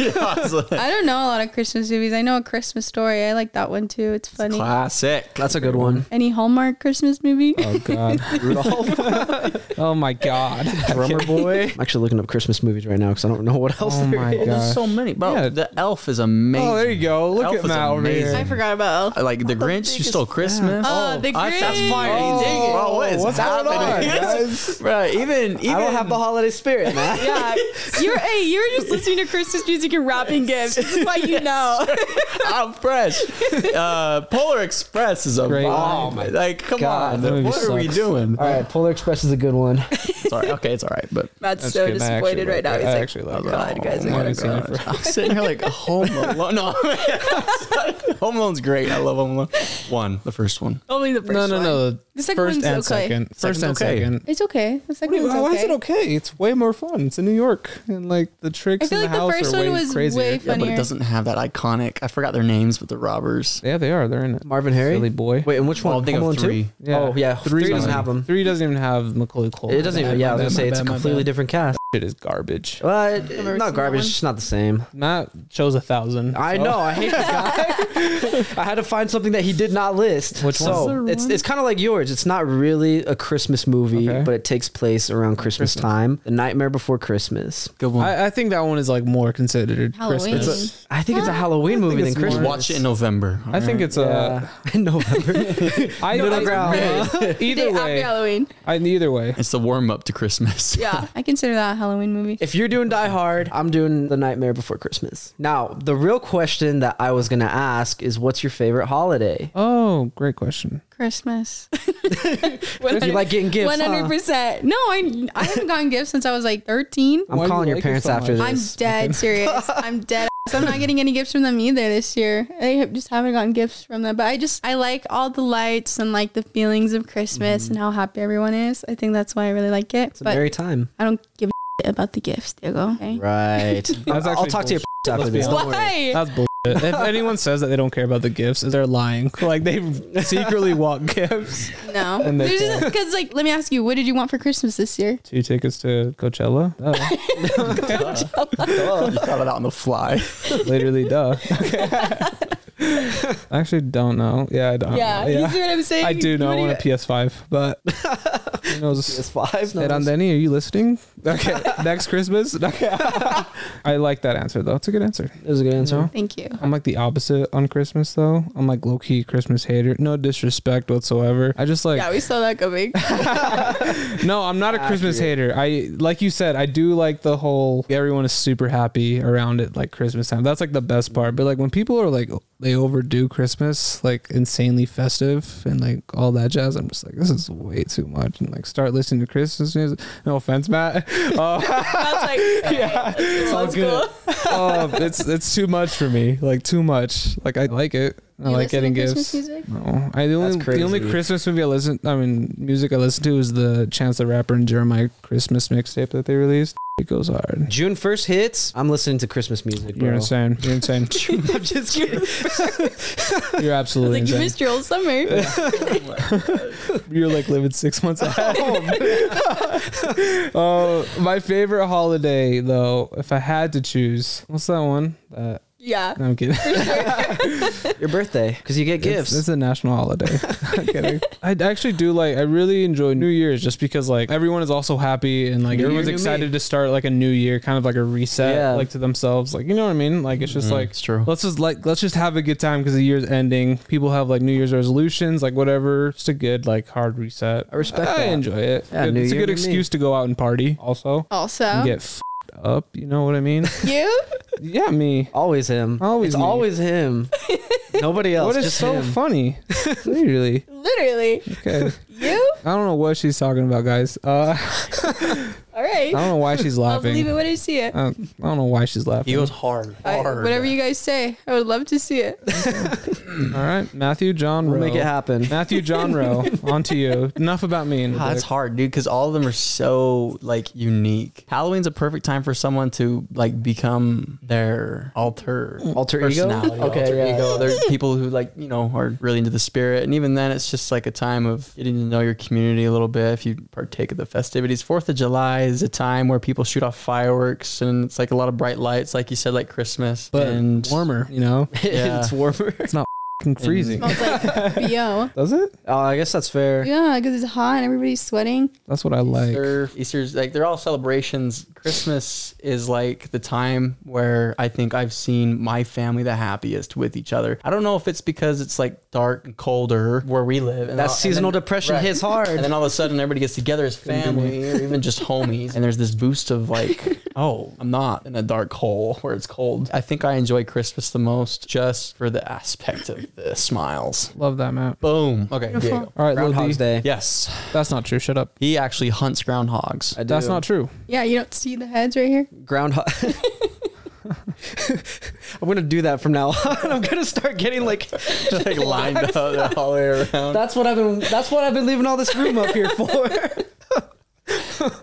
S2: yeah, it's like-
S3: I don't know a lot of Christmas movies. I know a Christmas story. I like that one too. It's funny.
S2: Classic.
S1: That's a good one.
S3: Any Hallmark Christmas movie?
S4: Oh god.
S1: Rudolph,
S4: Oh my god.
S1: Drummer Boy. I'm actually looking up Christmas movies right now because I don't know what else
S4: Oh
S1: there
S4: my
S1: is.
S2: Well, there's
S4: gosh.
S2: so many, bro.
S4: Yeah.
S2: The Elf is amazing.
S4: Oh, there you go. Look
S2: Elf
S4: at
S2: is
S4: Matt over here.
S2: amazing.
S3: I forgot about.
S2: I Like the Grinch, you stole Christmas.
S3: Oh, the
S2: I- that's
S3: Grinch.
S2: fire.
S3: Oh,
S2: Dang it. Bro, what is
S4: Uh, what's going
S2: happening?
S4: on,
S2: bro, even even
S1: I don't have the holiday spirit, man.
S3: Yeah, you're hey, you're just listening to Christmas music and rapping gifts. This is why you know.
S2: I'm fresh. Uh, Polar Express is a
S4: Great
S2: bomb.
S4: line.
S2: Like, come
S1: God,
S4: that
S2: on.
S4: movie
S2: What are we
S4: sucks.
S2: doing?
S1: All right, Polar Express is a good one.
S2: Sorry. Okay, it's all right. But
S3: Matt's
S4: That's
S3: so
S4: good. I actually
S3: disappointed
S4: like
S3: right now.
S4: that.
S3: He's
S4: I
S3: like,
S4: actually like
S3: God,
S4: that.
S3: guys, I gotta
S4: Oh, haven't seen
S3: grow
S4: it
S3: up."
S4: for-
S2: I'm sitting here like Home Alone. No, Home Alone's great. I love Home Alone. One, the first one.
S3: only the first
S4: No, no,
S3: one.
S4: no.
S3: The second
S4: first
S3: one's
S4: and
S3: okay.
S4: second. First
S2: Second's
S4: and
S2: okay.
S4: second.
S3: It's okay. The second one's
S4: Why
S3: okay.
S4: is it okay? It's way more fun. It's in New York, and like the tricks.
S3: I feel
S4: in
S3: like
S4: the,
S3: the
S4: house
S3: first
S4: are
S3: one
S4: way
S3: was
S4: crazier.
S3: way
S2: Yeah, but
S3: Funnier.
S2: it doesn't have that iconic. I forgot their names, but the robbers.
S4: Yeah, they are. They're in it.
S1: Marvin Harry.
S4: Silly boy.
S1: Wait, and which
S2: Well,
S1: one?
S2: I'll think
S1: Home
S2: of
S1: Alone two?
S2: three.
S1: Oh yeah, three, doesn't
S4: Sorry.
S1: have them.
S4: Three doesn't even have Macaulay Culkin.
S1: It doesn't even. Yeah, I was
S4: My
S1: gonna
S4: bad,
S1: say
S4: my
S1: it's a
S4: bad, my
S1: completely
S4: bad.
S1: different cast.
S4: Shit is garbage.
S1: Well, it-
S3: never
S1: not
S3: seen that
S1: garbage.
S3: one.
S1: It's just not the same.
S4: Matt chose a thousand.
S1: I
S4: so-
S1: know. I hate this guy. I had to find something that he did not list.
S4: Which one's
S1: so
S4: the
S1: it's it's kind of like yours. It's not really a Christmas movie,
S4: Okay.
S1: but it takes place around Christmas, time. The Nightmare Before Christmas.
S2: Good one.
S4: I, I think that one is like more considered
S3: Halloween.
S4: Christmas.
S3: It's
S1: I think it's a
S3: Yeah.
S1: Halloween movie than
S4: it's more-
S2: Just
S1: Christmas.
S2: watch it in November.
S4: I think it's
S1: yeah. in November.
S4: a I
S1: Middle
S4: I-
S1: ground.
S4: yeah.
S3: Day
S4: either
S3: after
S4: way,
S3: Halloween.
S4: I, either way.
S2: it's the warm up to Christmas.
S3: Yeah, I consider that a Halloween movie.
S1: If you're doing Die Hard, I'm doing The Nightmare Before Christmas. Now, the real question that I was gonna ask is, what's your favorite holiday?
S4: Oh, great question.
S3: Christmas.
S1: You like getting gifts?
S3: One hundred percent. No, I I haven't gotten gifts since I was like thirteen.
S1: I'm
S4: Why do
S1: calling
S4: you
S1: your
S4: like it
S1: parents
S4: so
S1: after
S4: much?
S3: I'm
S1: this.
S3: dead serious. I'm dead. ass. I'm not getting any gifts from them either this year. I have- just haven't gotten gifts from them. But I just I like all the lights and like the feelings of Christmas
S4: Mm-hmm.
S3: and how happy everyone is. I think that's why I really like it.
S1: it's a
S3: but
S1: merry time.
S3: I don't give a shit about the gifts, Diego. Okay?
S1: Right.
S4: That's
S1: I'll
S4: actually
S1: talk to your parents after
S4: Let's be
S1: this.
S4: honest.
S1: Don't worry.
S3: Why?
S4: That's bullshit. if anyone says that they don't care about the gifts, they're lying. Like they secretly want gifts.
S3: No.
S4: And they
S3: There's because like let me ask you, what did you want for Christmas this year?
S4: Two tickets to Coachella. Oh,
S2: you thought it out on the fly.
S4: literally, duh. I actually don't know. Uh, Yeah, I don't. know.
S3: You see what I'm saying?
S4: I do know.
S3: What
S4: I want a
S3: you-
S4: PS5, but who knows?
S1: PS5.
S4: Hey, Danny, are you listening? Okay, next Christmas. Okay. I like that answer though. It's a good answer.
S1: That was a good answer.
S4: No?
S3: Thank you.
S4: I'm like the opposite on Christmas though. I'm like low key Christmas hater. No disrespect whatsoever. I just like
S3: Yeah, we saw that coming.
S4: no. I'm not a Christmas hater. I like you said. I do like the whole everyone is super happy around it like Christmas time. That's like the best part. But like when people are like they overdo Christmas like insanely festive and like all that jazz. I'm just like this is way too much. And like start listening to Christmas music. No offense, Matt. Uh,
S3: I was like, yeah, it's
S4: all good. oh, it's it's too much for me. Like too much. Like I like it. I like getting gifts.
S3: Music?
S4: No, I the only
S1: crazy.
S4: the only Christmas movie I listen. I mean, music I listen to is the Chance the Rapper and Jeremiah Christmas mixtape that they released. It goes hard.
S1: June 1st hits. I'm listening to Christmas music, bro.
S4: You're insane. You're insane.
S1: I'm just kidding.
S4: You're
S3: I was
S4: absolutely
S3: like, you
S4: insane.
S3: missed your whole summer.
S4: You're like living six months at home. uh, my favorite holiday, though, if I had to choose, what's that one? That
S3: Yeah.
S4: No, I'm kidding.
S1: Your birthday, because you get gifts.
S4: It's, it's a national holiday. I'm kidding. I actually do like. I really enjoy New Year's just because like everyone is also happy and like
S1: New
S4: everyone's
S1: year, new
S4: excited
S1: me.
S4: to start like a new year, kind of like a reset,
S1: Yeah.
S4: like to themselves. Like you know what I mean? Like it's just like
S2: It's true.
S4: let's just like let's just have a good time because the year's ending. People have like New Year's resolutions, like whatever. It's a good like hard reset.
S1: I respect
S4: I
S1: that.
S4: enjoy it.
S1: Yeah,
S4: Good-
S1: New
S4: it's a
S1: Year,
S4: good
S1: new me.
S4: excuse to go out and party. Also,
S3: Also,
S4: and get f- up. You know what I mean?
S3: you.
S4: yeah, me.
S1: Always him.
S4: Always
S1: it's
S4: me.
S1: always him. Nobody else.
S4: what is
S1: just
S4: so
S1: him.
S4: funny? Literally.
S3: Literally.
S4: Okay.
S3: You.
S4: I don't know what she's talking about, guys. Uh,
S3: All
S4: I
S3: right.
S4: don't know why she's
S3: I'll believe
S4: laughing.
S3: it when I see it.
S4: Uh, I don't know why she's laughing.
S2: He goes hard.
S3: I- whatever you guys say, I would love to see it.
S4: All right, Matthew John
S1: We'll
S4: Rowe.
S1: make it happen.
S4: Matthew John Rowe, on to you. Enough about me. And
S2: Ah, that's hard, dude, because all of them are so like unique. Halloween's a perfect time for someone to like become their alter
S1: Alter ego?
S2: personality,
S1: Okay,
S2: alter
S1: yeah.
S2: ego. There's people who like you know are really into the spirit, and even then, it's just like a time of getting to know your community a little bit. If you partake of the festivities, Fourth of July is a time where people shoot off fireworks, and it's like a lot of bright lights, like you said, like Christmas.
S4: but
S2: and
S4: warmer, you know,
S2: Yeah.
S1: it's warmer.
S4: Fucking
S1: Mm.
S4: freezing.
S3: Smells like bo.
S4: Does it?
S1: Oh, I guess that's fair.
S3: Yeah, because it's hot and everybody's sweating.
S4: That's what I like.
S2: Easter, Easter's like they're all celebrations. Christmas is like the time where I think I've seen my family the happiest with each other. I don't know if it's because it's like dark and colder where we live. And
S1: That
S2: all- and
S1: seasonal
S2: then-
S1: depression
S2: right.
S1: hits hard.
S2: And then all of a sudden, everybody gets together as family or even just homies. And there's this boost of like, oh, I'm not in a dark hole where it's cold. I think I enjoy Christmas the most just for the aspect of the smiles.
S4: Love that, Matt.
S2: Boom. Okay. Diego.
S4: All right, Lil D.
S1: Groundhog's Day.
S2: Yes.
S4: That's not true. Shut up.
S2: He actually hunts groundhogs.
S1: I do.
S4: That's not true.
S3: Yeah, you don't see the heads right here.
S1: groundhog. I'm gonna do that from now on. I'm gonna start getting like.
S2: Just like lined up all the way around.
S1: That's what I've been. That's what I've been leaving all this room up here for.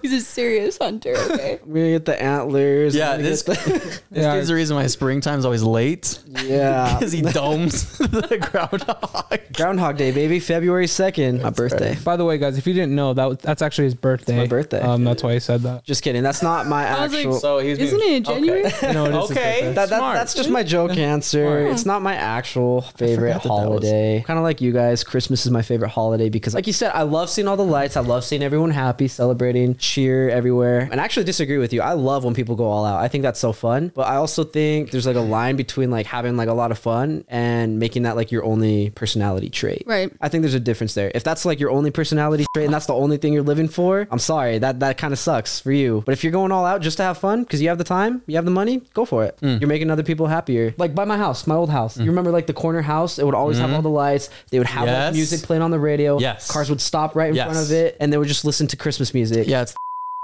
S3: He's a serious hunter. Okay.
S1: I'm gonna get the antlers. I'm
S2: Yeah,
S1: gonna
S2: this,
S1: get
S2: this
S4: Yeah.
S2: dude's the reason why springtime's always late
S1: the- yeah.
S2: because he domes the groundhog.
S1: Groundhog Day, baby. February second, my birthday.
S4: By the way, guys, if you didn't know, that was- that's actually his birthday.
S1: my birthday.
S4: Um, that's why he said that.
S1: Just kidding. That's not my
S3: I was like,
S1: actual.
S2: So he's
S3: Isn't it in January?
S2: Oh,
S4: No, it is his
S2: Okay.
S4: birthday.
S1: that, that,
S2: smart.
S1: that's just my joke answer. It's not my actual favorite
S2: forgot that that was-
S1: holiday. Kind of like you guys, Christmas is my favorite holiday because, like you said, I love seeing all the lights. I love seeing everyone happy, celebrating, cheer everywhere. And I actually disagree with you. I love when people go all out. I think that's so fun. But I also think there's like a line between like having like a lot of fun and making that like your only personality trait.
S3: Right.
S1: I think there's a difference there. If that's like your only personality trait and that's the only thing you're living for, I'm sorry, that that kind of sucks for you. But if you're going all out just to have fun because you have the time, you have the money, go for it.
S2: Mm.
S1: You're making other people happier. Like by my house, my old house. You remember like the corner house? It would always have all the lights. They would have like,
S2: Mm-hmm. Yes.
S1: music playing on the radio.
S2: Yes.
S1: Cars would stop right in front
S2: Yes.
S1: of it and they would just listen to Christmas music.
S2: Yeah, it's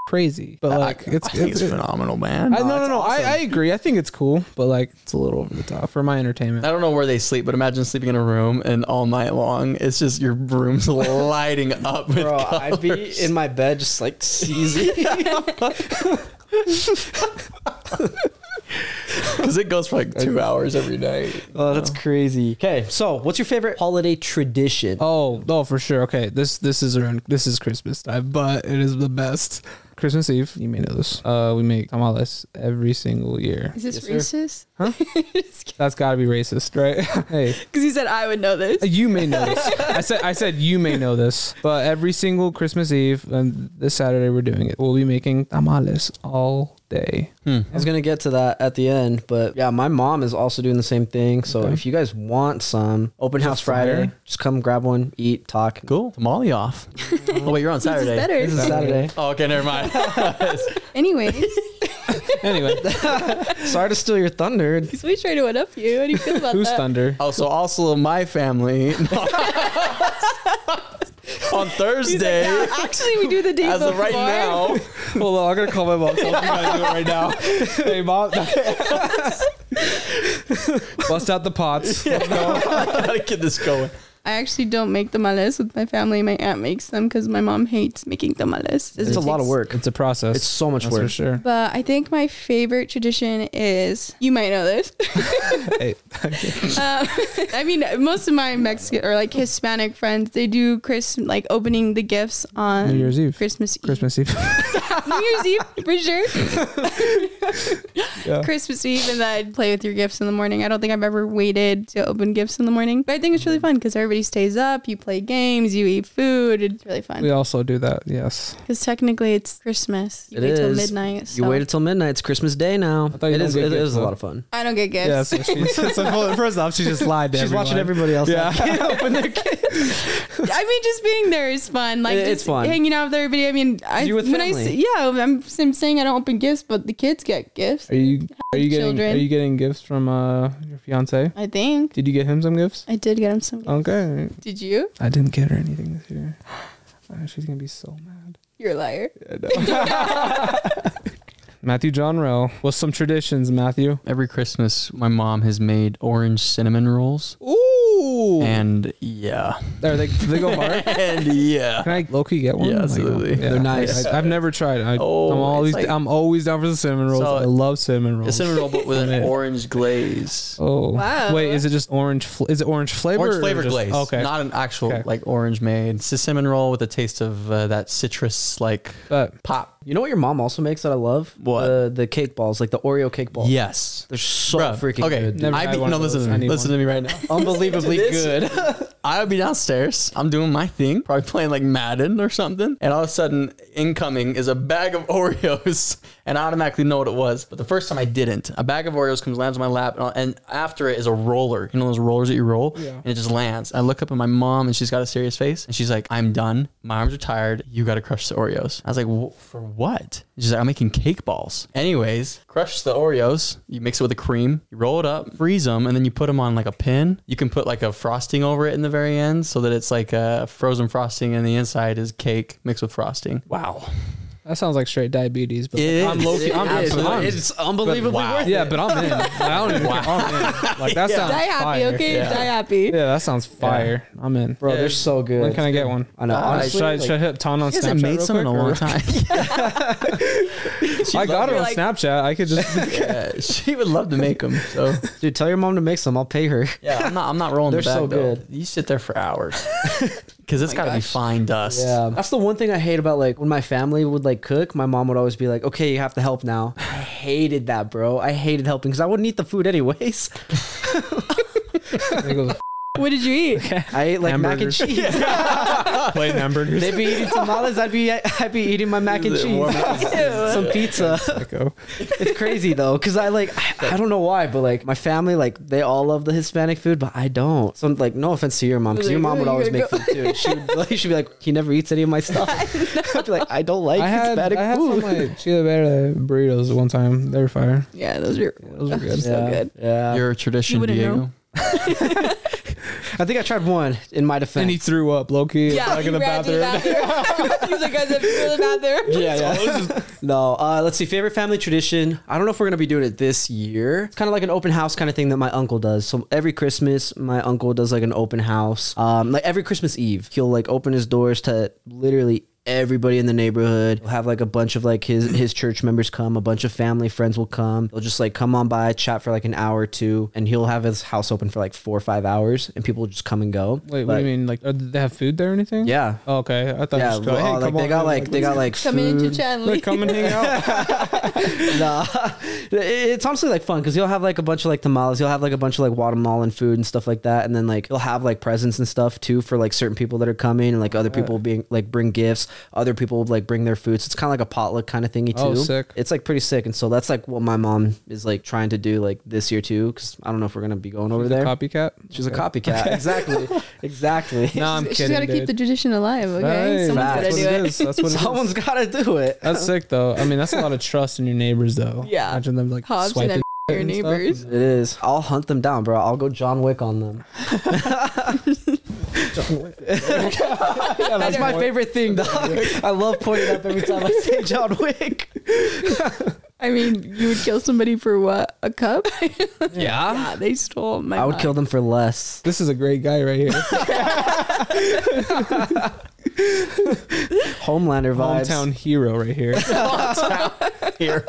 S4: crazy, but like it's
S2: I think it's,
S4: it's-
S2: phenomenal, man.
S4: I,
S2: I,
S4: no, no, no. I, I agree. I think it's cool, but like it's a little over the top Uh, for my entertainment.
S2: don't know where they sleep, but imagine sleeping in a room and all night long, it's just your room's lighting up with
S1: Bro,
S2: colors.
S1: I'd be in my bed just like seizing.
S2: because it goes for like two hours every night.
S1: oh, that's crazy. Okay, so what's your favorite holiday tradition?
S4: Oh, oh, for sure. Okay, this this is around this is Christmas time, but it is the best. Christmas Eve, you may know this. Uh, we make tamales every single year.
S3: Is this
S1: Yes,
S3: racist?
S4: That's got to be racist, right? hey,
S3: Because he said I would know this.
S4: you may know this. I said I said you may know this, but every single Christmas Eve and this Saturday we're doing it. We'll be making tamales all day.
S1: I was gonna get to that at the end, but yeah, my mom is also doing the same thing. So if you guys want some open house Friday,
S4: Friday?
S1: just come grab one, eat, talk.
S2: Cool. Tamale off. oh wait, you're on
S3: This
S2: Saturday.
S3: is better.
S1: This is Saturday.
S2: Oh, okay, never mind.
S3: Anyways,
S4: Anyway,
S1: Sorry to steal your thunder.
S3: because we tried to one up you. How do you feel about
S4: who's
S3: that?
S4: thunder?
S2: Oh, so also my family on
S3: He's like,
S2: Thursday,
S3: "Yeah, actually, we do the day
S2: as
S3: before.
S2: of right now.
S4: Hold on, I'm gonna call my mom. Tell her I'm gonna do it right now. Hey, mom. Bust out the pots.
S2: Gotta get this going.
S3: I actually don't make tamales with my family. My aunt makes them because my mom hates making tamales.
S1: It's a lot of work.
S4: It's a process.
S1: It's so much
S4: That's
S1: work.
S4: for sure.
S3: But I think my favorite tradition is you might know this.
S4: Hey,
S3: Um, I mean, most of my Mexican or like Hispanic friends, they do Chris like opening the gifts on
S4: New Year's Eve.
S3: Christmas Eve,
S4: Christmas Eve.
S3: New Year's Eve for sure, Christmas Eve, and then play with your gifts in the morning. I don't think I've ever waited to open gifts in the morning, but I think it's really fun because everybody stays up, you play games, you eat food. It's really
S4: We
S3: fun
S4: also do that. Yes.
S3: because technically it's Christmas. You
S1: It
S3: wait till
S1: is.
S3: midnight.
S1: You
S3: So.
S1: waited till midnight. It's Christmas Day now.
S4: thought you
S1: It
S4: don't
S1: is.
S4: get
S1: It
S4: gifts,
S1: is a
S4: though.
S1: lot of fun.
S3: I don't get gifts.
S4: Yeah. So she's, so full- first off, she just lied to
S1: She's
S4: everyone.
S1: watching everybody else.
S4: Yeah.
S1: open their gifts.
S3: I mean, just being there is fun. Like
S1: It-
S3: just
S1: it's fun.
S3: hanging out with everybody. I mean, I
S1: You with
S3: when I
S1: family.
S3: say, yeah, I'm, I'm saying I don't open gifts, but the kids get gifts.
S4: Are you are you getting
S3: Children.
S4: are you getting gifts from uh your fiance?
S3: I think
S4: Did you get him some gifts?
S3: I did get them some.
S4: Oh.
S3: Gifts.
S4: Okay.
S3: Did you?
S4: I didn't get her anything this year. Uh, she's gonna be so mad.
S3: You're a liar.
S4: Matthew John Rowe. What's some traditions, Matthew?
S2: Every Christmas, my mom has made orange cinnamon rolls.
S4: Ooh.
S2: And yeah.
S4: Are they do they go hard?
S2: and yeah.
S4: Can I Loki get one?
S2: Yeah,
S4: Like,
S2: absolutely.
S1: They're nice.
S4: I, have never tried. I,
S2: Oh,
S4: I'm
S2: it's
S4: always
S2: like-
S4: I'm always down for the cinnamon rolls.
S2: So-
S4: I love cinnamon rolls.
S2: A cinnamon roll, but with an orange glaze.
S4: Oh
S3: Wow.
S4: Wait, is it just orange? Fl- is it orange flavor?
S2: Orange
S4: or
S2: flavored
S4: just-
S2: glaze.
S4: Okay.
S2: Not an actual
S4: Okay.
S2: like orange made. It's a cinnamon roll with a taste of uh, that citrus like
S4: but
S2: pop.
S1: You know what your mom also makes that I love?
S2: What?
S1: The, the cake balls, like the Oreo cake balls.
S2: Yes.
S1: They're so
S2: Bruh,
S1: freaking
S2: okay.
S1: good.
S4: Never
S2: I
S4: had
S2: be,
S4: one
S2: no,
S4: of those.
S2: listen to
S4: I
S2: me.
S4: need
S2: Listen
S4: one.
S2: to me right now.
S1: Unbelievably
S2: This-
S1: good.
S2: I would be downstairs. I'm doing my thing, probably playing like Madden or something. And all of a sudden, incoming is a bag of Oreos, and I automatically know what it was. But the first time I didn't. A bag of Oreos comes lands on my lap, and, I'll- and after it is a roller. You know those rollers that you roll, and it just lands. I look up at my mom, and she's got a serious face, and she's like, "I'm done. My arms are tired. You got to crush the Oreos." I was like, "Wh- "For what?" And she's like, "I'm making cake balls." Anyways, crush the Oreos. You mix it with the cream. You roll it up, freeze them, and then you put them on like a pin. You can put like a frosting over it in the very end, so that it's like a frozen frosting, and the inside is cake mixed with frosting. Wow.
S4: That sounds like straight diabetes, but
S2: It
S4: I'm
S2: is.
S4: low key.
S2: It
S4: I'm
S2: is.
S4: I'm-
S1: It's unbelievably
S2: Wow.
S1: worth it.
S4: yeah, but I'm in. Like, I don't even. I'm in. Like that sounds
S3: Die happy,
S4: fire.
S3: okay?
S2: Yeah.
S3: Die happy.
S4: Yeah, that sounds fire. I'm in,
S1: Bro, they're so good.
S4: When can I get one?
S1: I know.
S2: Ah,
S1: honestly,
S4: should, I,
S1: like-
S4: should I hit Ton on
S2: She
S4: Snapchat?
S2: hasn't made
S4: real
S2: some in a
S4: quick, or-
S2: long time.
S4: I got it
S3: You're
S4: on
S3: like-
S4: Snapchat. I could just.
S2: Yeah, she would love to make them. So
S1: Dude, tell your mom to make some. I'll pay her.
S2: yeah, I'm not. I'm not rolling.
S1: They're
S2: the bag,
S1: so
S2: though.
S1: good.
S2: You sit there for hours because it's got to be
S3: gosh.
S2: fine dust.
S1: Yeah. That's the one thing I hate about like when my family would like cook, my mom would always be like, okay, you have to help now. I hated that, bro. I hated helping because I wouldn't eat the food anyways.
S4: There goes
S3: What did you eat?
S1: I ate like mac and
S4: Hamburgers.
S1: cheese.
S4: plain hamburgers.
S1: They'd be eating tamales. I'd be, I'd be eating my mac and
S2: Is it warm
S1: cheese.
S2: up?
S1: Some pizza.
S4: Echo.
S1: It's crazy though, because I like I, I don't know why, but like my family like they all love the Hispanic food, but I don't. So like no offense to your mom, because your mom would always make food too. She would like, she'd be like, he never eats any of my stuff. I'd be like, I don't like
S4: I had
S1: Hispanic
S4: I had
S1: food.
S4: some like chile verde burritos one time. They were fire.
S3: Yeah, those were
S4: Those were good.
S3: so good.
S1: Yeah,
S2: Your tradition,
S3: wouldn't
S2: Diego.
S3: know.
S1: I think I tried one in my
S4: And he
S1: defense.
S4: threw up, Loki.
S3: Yeah,
S4: like
S3: he
S4: in the
S3: ran to the
S4: bathroom.
S3: bathroom. He's like, guys, I'm in the bathroom.
S4: Oh,
S1: yeah, yeah. no, uh, let's see. Favorite family tradition. I don't know if we're gonna be doing it this year. It's kind of like an open house kind of thing that my uncle does. So every Christmas, my uncle does like an open house. Um, like every Christmas Eve, he'll like open his doors to literally everybody in the neighborhood. He'll have like a bunch of like his his church members come, a bunch of family friends will come. They'll just like come on by, chat for like an hour or two, and he'll have his house open for like four or five hours, and people will just come and go.
S4: Wait, what do
S1: Like,
S4: you mean? Like, are, do they have food there or anything?
S1: Yeah.
S4: Oh, okay, I thought.
S1: Yeah,
S4: just go,
S1: well,
S4: hey,
S1: like
S4: come
S1: they
S4: on
S1: got
S4: in,
S1: like they got like
S3: Come in into
S1: food.
S3: Chandler.
S4: come and hang out.
S1: nah. It- It's honestly like fun because you'll have like a bunch of like tamales, you'll have like a bunch of like watermelon food and stuff like that, and then like you'll have like presents and stuff too for like certain people that are coming, and like other people being like bring gifts, other people like bring their food. So it's kind of like a potluck kind of thingy too.
S4: Oh, sick.
S1: It's like pretty sick, and so that's like what my mom is like trying to do like this year too because I don't know if we're gonna be going over there.
S4: Copycat.
S1: She's a copycat, exactly, exactly.
S4: No, I'm
S3: She's
S4: kidding.
S3: got to keep the
S4: dude.
S3: tradition alive, okay?
S4: Hey,
S3: Someone's
S1: facts.
S3: got to
S1: gotta
S3: do it.
S4: that's what it is. That's what it
S1: Someone's got to do it.
S4: That's sick though. I mean, that's a lot of trust in your neighbors though.
S3: Yeah.
S4: Imagine them like
S3: Hobbs and
S4: swiping.
S3: Your
S4: and stuff.
S3: neighbors.
S1: It is. I'll hunt them down, bro. I'll go John Wick on them. That's my favorite thing, dog. I love pointing up every time I say John Wick.
S3: I I mean, you would kill somebody for what? A cup?
S4: Yeah.
S3: yeah, they stole my.
S1: I would
S3: mug.
S1: kill them for less.
S4: This is a great guy right here.
S1: Homelander vibes.
S4: Hometown hero right here.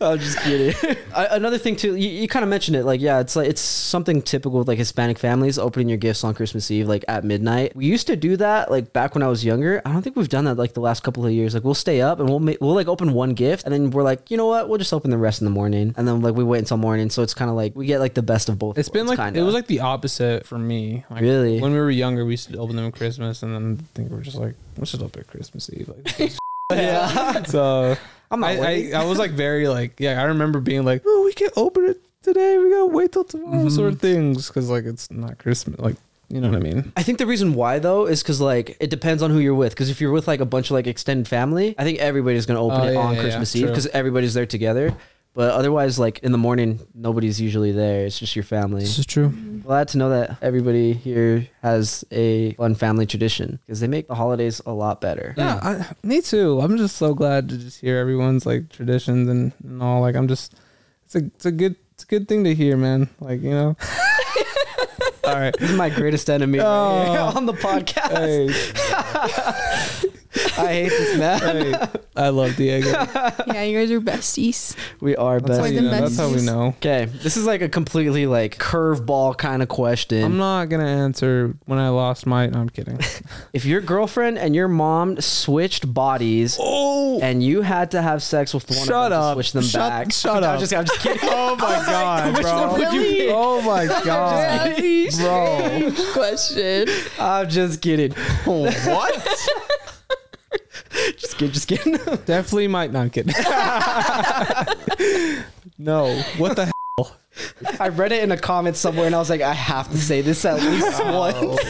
S1: I'm just kidding. I, another thing too, you, you kind of mentioned it. Like, yeah, it's like it's something typical with like Hispanic families opening your gifts on Christmas Eve, like at midnight. We used to do that, like back when I was younger. I don't think we've done that like the last couple of years. Like, we'll stay up and we'll ma- we'll like open one gift, and then we're like, you know what? We'll just open the rest in the morning, and then like we wait until morning. So it's kind of like we get like the best of both.
S4: It's been
S1: worlds,
S4: like
S1: kinda.
S4: it was like the opposite for me. Like,
S1: Really?
S4: When we were younger, we used to open them at Christmas, and then I think we were just like, let's just open it Christmas Eve. Like, yeah. So
S1: I'm not
S4: I, uh,
S1: worried.
S4: I, I was like very like yeah. I remember being like, oh, we can't open it today. We gotta wait till tomorrow,
S1: Mm-hmm.
S4: sort of things, because like it's not Christmas. Like you know what I mean?
S1: I think the reason why though is because like it depends on who you're with. Because if you're with like a bunch of like extended family, I think everybody's gonna open
S4: Oh,
S1: it
S4: yeah,
S1: on
S4: yeah,
S1: Christmas
S4: yeah,
S1: Eve
S4: true.
S1: because everybody's there together. But otherwise, like in the morning, nobody's usually there. It's just your family.
S4: is true.
S1: Glad to know that everybody here has a fun family tradition because they make the holidays a lot better.
S4: Yeah, I, me too. I'm just so glad to just hear everyone's like traditions and, and all. Like I'm just, it's a it's a good it's a good thing to hear, man. Like you know. all right.
S1: This is my greatest enemy right here
S4: Oh.
S1: on the podcast.
S4: Hey,
S1: I hate this man.
S4: hey, I love Diego.
S3: Yeah, you guys are besties.
S1: We are
S4: That's
S1: best.
S4: how,
S3: like-
S4: you know, that's how we know.
S1: Okay, this is like a completely like curveball kind of question.
S4: I'm not gonna answer when I lost my. No, I'm kidding.
S1: If your girlfriend and your mom switched bodies
S4: Oh,
S1: and you had to have sex with one of
S4: Shut
S1: them
S4: up.
S1: to switch them
S4: Shut-
S1: back,
S4: shut
S1: No, I'm
S4: up.
S1: just, I'm just kidding.
S4: oh my god,
S1: which
S4: bro!
S1: one would you pick?
S4: Oh my god,
S3: Really
S4: bro!
S3: strange question.
S1: I'm just kidding.
S4: what?
S1: Just kidding. Just kidding.
S4: Definitely might not get. no, what the?
S1: I read it in a comment somewhere and I was like, I have to say this at least once.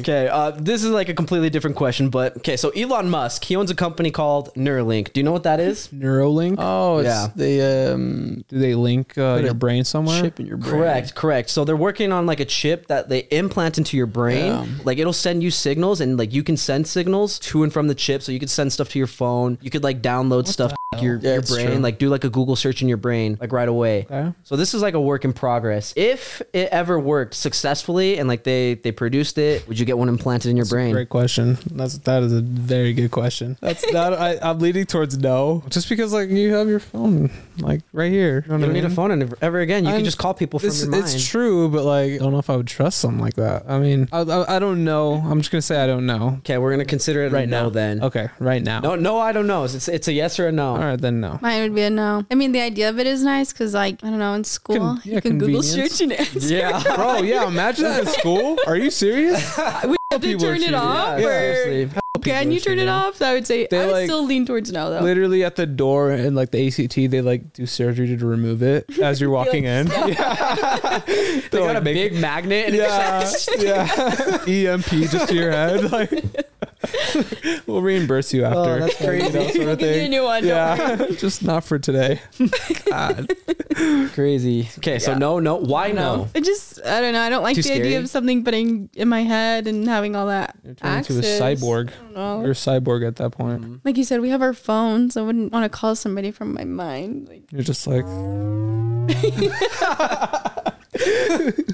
S1: okay, uh, this is like a completely different question, but okay, so Elon Musk, he owns a company called Neuralink. Do you know what that is?
S4: Neuralink?
S2: Oh, it's
S1: Yeah.
S2: the um,
S4: Uh, Do they link uh,
S2: Put
S4: your
S2: a
S4: brain somewhere?
S2: chip in your brain.
S1: Correct, correct. So they're working on like a chip that they implant into your brain.
S2: Yeah.
S1: Like it'll send you signals and like you can send signals to and from the chip. So you could send stuff to your phone. You could like download stuff to your,
S2: Yeah,
S1: your
S2: it's
S1: brain,
S2: true.
S1: like do like a Google search in your brain, like right away.
S4: Okay.
S1: So this is like a work in progress. If it ever worked successfully and like they they produced it, would you get one implanted in your brain?
S4: Great question. That's that is a very good question. That's that I, I'm leaning towards no, just because like you have your phone like right here. You, know
S1: You
S4: what I
S1: don't need a
S4: mean?
S1: phone ever- ever again. You
S4: I'm-
S1: can just call people from
S4: It's,
S1: your mind.
S4: it's true, but like I don't know if I would trust something like that. I mean, I, I, I don't know. I'm just gonna say I don't know.
S1: Okay, we're gonna consider it right
S4: Right
S1: no
S4: now.
S1: now. Then
S4: Okay, right now.
S1: no, no, I don't know. It's it's a yes or a no.
S4: All right, then no.
S3: Mine would be a no. I mean, the idea of it is nice because, like, I don't know, in school
S4: Con- yeah,
S3: you can Google
S4: convenience.
S3: search and answer.
S1: Yeah.
S4: Bro, yeah, imagine that in school. Are you serious?
S3: Would you have to
S4: people are
S3: turn it
S4: cheating.
S3: off?
S1: Yeah,
S3: or
S1: seriously.
S3: can you turn it off? I would say
S4: They,
S3: I would
S4: like,
S3: still lean towards no though.
S4: Literally at the door and like the ACT, they like do surgery to remove it as you're walking in. Yeah. they
S1: They got a big magnet and it's
S4: yeah, yeah. EMP just to your head. Like, we'll reimburse you after.
S1: Oh, that's crazy.
S4: You know, sort of
S3: We'll give you a
S4: thing.
S3: new one, don't
S4: Yeah, just not for today. God.
S1: Crazy. Okay, so
S3: Yeah.
S1: no, no. Why no?
S3: No. I just I don't know. I don't like
S1: Too
S3: the
S1: scary?
S3: idea of something putting in my head and having all that.
S4: You're turning
S3: access.
S4: to a cyborg.
S3: I don't know.
S4: You're a cyborg at that point.
S1: Mm-hmm.
S3: Like you said, we have our phones. I wouldn't want to call somebody from my mind. Like
S4: You're just like.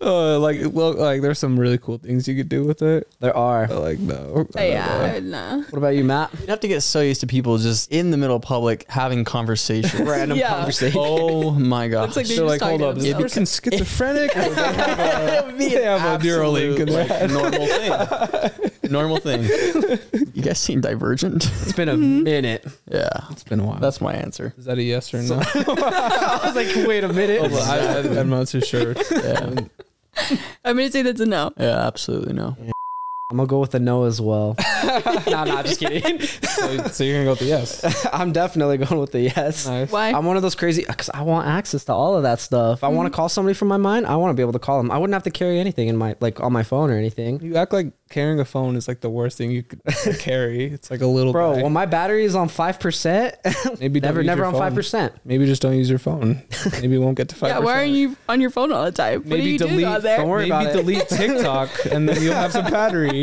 S4: uh, like well, like there's some really cool things you could do with it.
S1: There are.
S4: But like no, I
S3: oh,
S4: don't
S3: yeah,
S4: know.
S3: I would nah.
S1: What about you, Matt?
S2: You'd have to get so used to people just in the middle of public having conversations.
S1: Random
S3: Yeah.
S1: conversation.
S2: oh my gosh.
S3: It's like they're
S4: They're
S3: just
S4: like,
S3: talking
S4: hold up,
S3: to
S4: is this
S3: themselves.
S4: person schizophrenic? Or they have a, they have a Neuralink in their
S2: like, normal thing. normal thing. You guys seen Divergent?
S1: It's been a minute.
S2: Yeah,
S4: It's been a while.
S2: that's my answer.
S4: is that a yes or no?
S1: I was like, wait a minute.
S4: Hold on, I, am not too sure. Um,
S2: Yeah,
S3: I'm gonna say that's a no.
S2: yeah absolutely no.
S1: I'm gonna go with a no as well. no, no, just kidding.
S4: So, so you're gonna go with the yes.
S1: I'm definitely going with the yes.
S4: Nice.
S3: Why?
S1: I'm one of those crazy because I want access to all of that stuff. If I want to call somebody from my mind. I want to be able to call them. I wouldn't have to carry anything in my like on my phone or anything.
S4: You act like carrying a phone is like the worst thing you could carry. It's like a little
S1: Bro,
S4: bag.
S1: when my battery is on 5%,
S4: Maybe don't
S1: never
S4: use
S1: never
S4: your
S1: on
S4: phone.
S1: 5%.
S4: Maybe just don't use your phone. Maybe you won't get to five.
S5: Yeah, why are you on your phone all the time? what do
S4: Maybe
S5: you do
S4: delete.
S5: on there?
S4: Don't
S1: worry
S4: worry
S1: about
S4: maybe
S1: it.
S4: delete TikTok, and then you'll have some battery.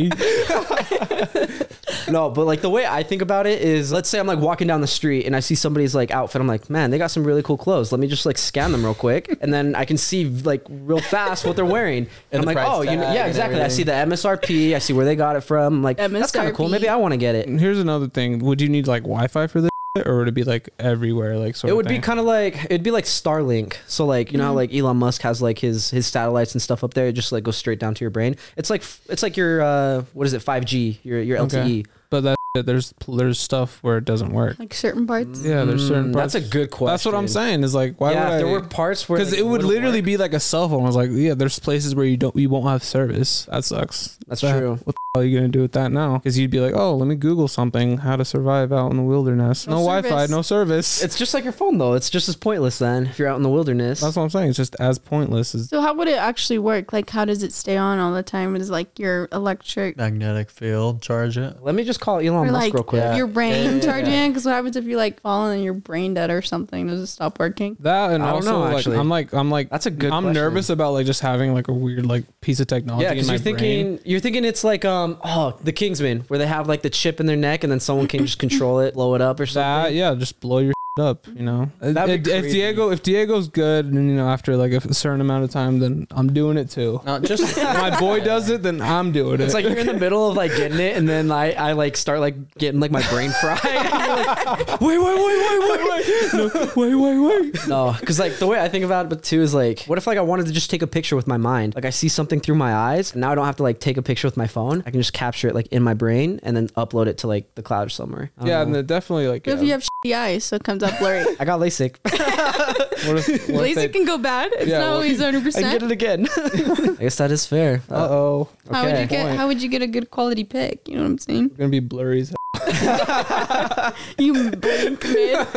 S1: No, but like the way I think about it is let's say I'm like walking down the street and I see somebody's like outfit. I'm like, man, they got some really cool clothes. Let me just like scan them real quick. And then I can see like real fast what they're wearing. And,
S2: And
S1: I'm
S2: the
S1: like,
S2: price
S1: oh, you know,
S2: tag
S1: yeah,
S2: and
S1: exactly. I see the MSRP. I see where they got it from. I'm like, that's kind of cool. Maybe I want to get it.
S4: Here's another thing: Would you need like Wi-Fi for this, shit, or would it be like everywhere? Like sort
S1: It
S4: of
S1: would be
S4: thing?
S1: kind of like it'd be like Starlink. So like you know how like Elon Musk has like his his satellites and stuff up there. It just like goes straight down to your brain. It's like f- it's like your uh what is it 5G your your E. LTE.
S4: Okay. but that shit, there's there's stuff where it doesn't work.
S3: like certain parts.
S4: Yeah, there's certain
S1: Mm,
S4: parts.
S1: That's a good question.
S4: That's what I'm saying. Is like why
S1: yeah,
S4: would
S1: if there
S4: I?
S1: were parts where
S4: because
S1: like,
S4: it would
S1: wouldn't
S4: literally
S1: work.
S4: be like a cell phone. I was like, yeah, there's places where you don't, you won't have service. That sucks.
S1: That's
S4: But
S1: true.
S4: What the hell are you gonna do with that now? Because you'd be like, oh, let me Google something: how to survive out in the wilderness. No,
S3: No
S4: Wi-Fi,
S3: service.
S4: no service.
S1: It's just like your phone though. It's just as pointless then if you're out in the wilderness.
S4: That's what I'm saying. It's just as pointless as
S3: So how would it actually work? Like how does it stay on all the time? Is like your electric
S6: Magnetic field, charge it.
S1: Let me just call Elon
S3: or
S1: Musk
S3: like
S1: real quick.
S3: your brain
S6: Yeah, yeah, yeah,
S3: charging?
S6: yeah.
S3: Because what happens if you like fall and your brain dead or something? Does it stop working?
S4: that. And
S1: I don't
S4: also,
S1: know,
S4: like,
S1: actually.
S4: I'm like, I'm like,
S1: That's a good
S4: I'm
S1: question.
S4: nervous about like just having like a weird like piece of technology.
S1: Yeah,
S4: in
S1: because
S4: my
S1: you're thinking
S4: brain.
S1: you're thinking it's like um oh the Kingsman where they have like the chip in their neck and then someone can just control it, blow it up or
S4: that.
S1: something.
S4: Yeah, just blow your shit up. You know,
S1: That'd
S4: if,
S1: be
S4: if
S1: crazy.
S4: Diego, if Diego's good, and you know, after like a certain amount of time, then I'm doing it too.
S2: Not just
S4: my boy does it, then I'm doing it.
S1: It's like you're in the middle of like getting it, and then I, I like start like getting like my brain fried.
S4: wait, wait, wait, wait, wait, wait, no, wait, wait, wait.
S1: no, because like the way I think about it, but too is like, what if like I wanted to just take a picture with my mind? Like I see something through my eyes, and now I don't have to like take a picture with my phone. I can just capture it like in my brain and then upload it to like the cloud somewhere. I don't
S4: Yeah,
S1: know.
S4: and they're definitely like.
S3: What
S4: Yeah.
S3: if you have shitty eyes so it comes out blurry?
S1: I got LASIK.
S4: what if,
S3: At
S4: what
S3: least
S4: if
S3: it can go bad. It's
S4: Yeah,
S3: not
S4: well,
S3: always 100.
S1: I get
S3: percent
S1: it again. I guess that is fair.
S4: Uh oh,
S3: How would you get?
S4: Point.
S3: How would you get a good quality pic? You know what I'm saying?
S4: we're gonna be blurry. as hell.
S3: You blink mid.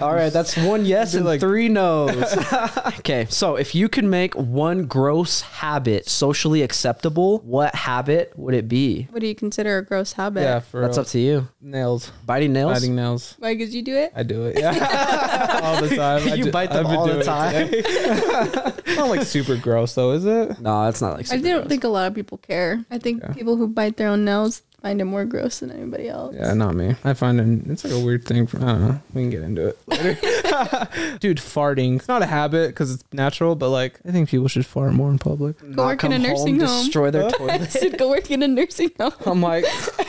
S1: All right, that's one yes
S4: Be
S1: and
S4: like-
S1: three no's. okay, so if you could make one gross habit socially acceptable, what habit would it be?
S3: What do you consider a gross habit?
S4: Yeah, for
S1: That's
S4: real.
S1: up to you.
S4: nails,
S1: Biting nails.
S4: biting nails.
S3: Why could you do it?
S4: I do it. Yeah, all the time. I
S1: You
S4: do-
S1: bite
S4: I've
S1: them
S4: been
S1: all
S4: doing
S1: the
S4: it
S1: time.
S4: today. Not like super gross though, is it?
S1: No, that's not like.
S3: I
S1: super
S3: don't
S1: gross.
S3: think a lot of people care. I think
S4: Yeah.
S3: people who bite their own nails find it more gross than anybody else.
S4: Yeah, not me. I find it, it's like a weird thing. For, I don't know. We can get into it later. Dude, farting. It's not a habit because it's natural, but like, I think people should fart more in public.
S1: Not
S3: Go work
S1: come
S3: in a nursing
S1: home,
S3: home.
S1: Destroy their
S3: I
S1: toilet.
S3: said go work in a nursing home.
S4: I'm like,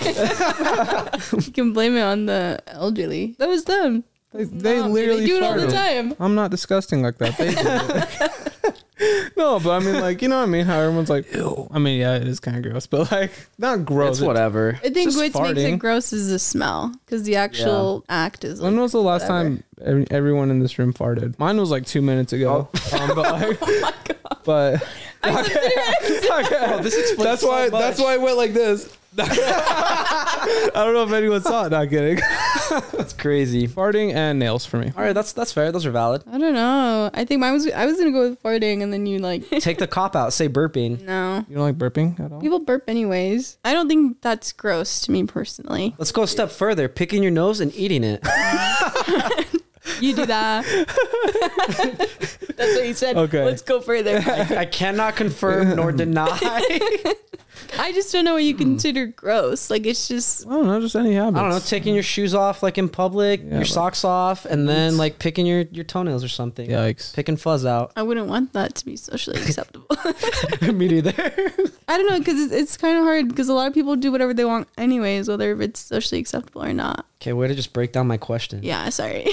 S3: You can blame it on the elderly. That was them.
S4: they,
S3: Mom,
S4: they literally
S3: do it all
S4: fart.
S3: the time.
S4: I'm not disgusting like that. They do it. no, but I mean, like, you know what I mean? How everyone's like, ew. I mean, yeah, it is kind of gross, but like, not gross.
S1: It's whatever.
S3: I think
S4: just
S3: what makes
S4: farting.
S3: it gross is the smell, because the actual act is.
S4: When
S3: Like,
S4: was the last
S3: Whatever.
S4: time ev- everyone in this room farted? Mine was like two minutes ago.
S1: Oh.
S4: Um, but like, but Okay.
S1: Oh, this explains
S4: that's why. That's why I went like this. I don't know if anyone saw it. Not kidding.
S1: that's crazy.
S4: Farting and nails for me.
S1: All right, that's that's fair. Those are valid.
S3: I don't know. I think mine was. I was gonna go with farting, and then you like.
S1: Take the cop out. Say burping.
S3: no.
S4: You don't like burping at all?
S3: People burp anyways. I don't think that's gross to me personally.
S1: Let's go a step further. Picking your nose and eating it.
S3: You do that. that's what you said.
S4: Okay.
S3: Let's go further.
S1: I, I cannot confirm nor deny.
S3: I just don't know what you
S4: Hmm.
S3: consider gross. Like it's just
S4: I don't know. Just any habits.
S1: I don't know, taking your shoes off like in public,
S4: Yeah,
S1: your
S4: like-
S1: socks off, and then like picking your your toenails or something.
S4: Yikes.
S1: Picking fuzz out.
S3: I wouldn't want that to be socially acceptable.
S1: Me neither.
S3: I don't know because it's, it's kind of hard because a lot of people do whatever they want anyways, whether it's socially acceptable or not.
S1: Okay, way to just break down my question.
S3: Yeah, sorry.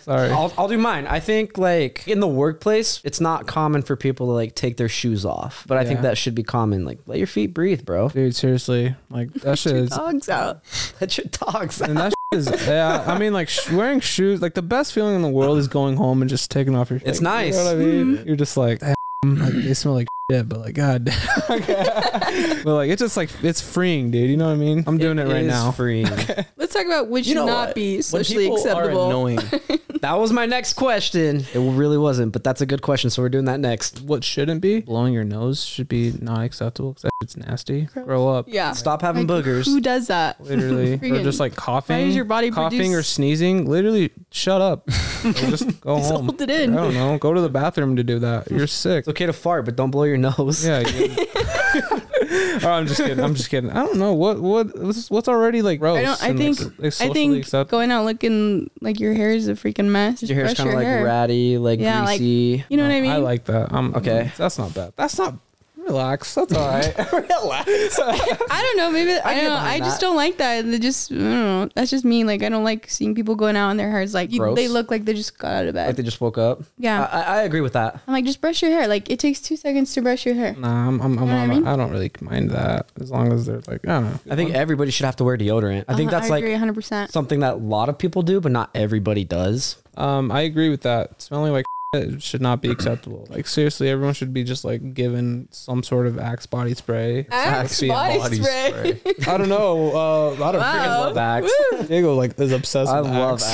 S4: Sorry.
S1: I'll, I'll do mine. I think like in the workplace, it's not common for people to like take their shoes off, but I think
S4: Yeah.
S1: that should be common. Like let your feet breathe, bro.
S4: Dude, seriously, like that shit
S3: Your
S4: is.
S3: dogs out.
S1: Let your dogs.
S4: And that shit is. Yeah. I mean, like sh- wearing shoes. Like the best feeling in the world is going home and just taking off your.
S1: It's
S4: like, You know
S1: nice.
S4: what I mean?
S3: Mm-hmm.
S4: You're just like. "Damn," Like, they smell like shit, but like god, but like it's just like it's freeing, dude. You know what I mean? I'm doing it, right
S1: is
S4: now.
S1: Freeing.
S3: Let's talk about what should not
S2: what?
S3: be
S2: When
S3: socially
S2: people are
S3: acceptable.
S2: annoying.
S1: That was my next question. It really wasn't, but that's a good question. So we're doing that next.
S4: What shouldn't be blowing your nose should be not acceptable because it's nasty. Grow up.
S3: Yeah.
S1: Stop having
S3: Like,
S1: boogers.
S3: Who does that?
S4: Literally, or
S3: Friggin-
S4: just like coughing.
S3: Why does your body
S4: coughing
S3: produce-
S4: or sneezing? Literally, shut up. Or just go
S3: Just
S4: home.
S3: hold it
S4: I
S3: in.
S4: don't know. Go to the bathroom to do that. You're sick.
S1: It's okay to fart, but don't blow your nose.
S4: Yeah. you- oh, I'm just kidding. I'm just kidding. I don't know what what what's, what's already like gross.
S3: I don't. I
S4: and, like,
S3: think.
S4: so- like,
S3: I
S4: socially
S3: think
S4: accept-
S3: going out looking like your hair is a freaking mess. Just
S1: Your hair's
S3: brush
S1: kind of like
S3: hair.
S1: ratty, like
S3: Yeah, like-
S1: greasy.
S3: You know what
S4: Oh,
S3: I mean?
S4: I like that. I'm
S1: Okay.
S4: That's not bad. That's not relax. That's all right.
S3: I don't know. Maybe I,
S1: get
S3: don't know. I
S1: behind
S3: just
S1: that.
S3: don't like that. They just I don't know. That's just me. Like I don't like seeing people going out and their hair's like you-
S1: Gross.
S3: they look like they just got out of bed.
S1: like they just woke up.
S3: yeah.
S1: I, I- I agree with that.
S3: I'm like just brush your hair. Like it takes two seconds to brush your hair.
S4: Nah, I'm, I'm, I'm,
S3: know what I
S4: I'm, I,
S3: mean?
S4: don't really mind that as long as they're like, I don't know.
S1: I think everybody should have to wear deodorant. I think
S3: Uh-huh,
S1: that's
S3: I
S1: like
S3: agree 100. percent
S1: something that a lot of people do, but not everybody does.
S4: Um, I agree with that. Smelling like shit should not be acceptable. Like seriously, everyone should be just like given some sort of Axe body spray.
S3: Axe
S4: Be-
S3: body,
S7: body
S3: spray.
S7: spray.
S4: I don't know. Uh, I
S3: Wow.
S4: don't freaking
S1: Love Axe.
S4: love- Diego like is obsessed
S1: I
S4: with
S1: love
S4: Axe.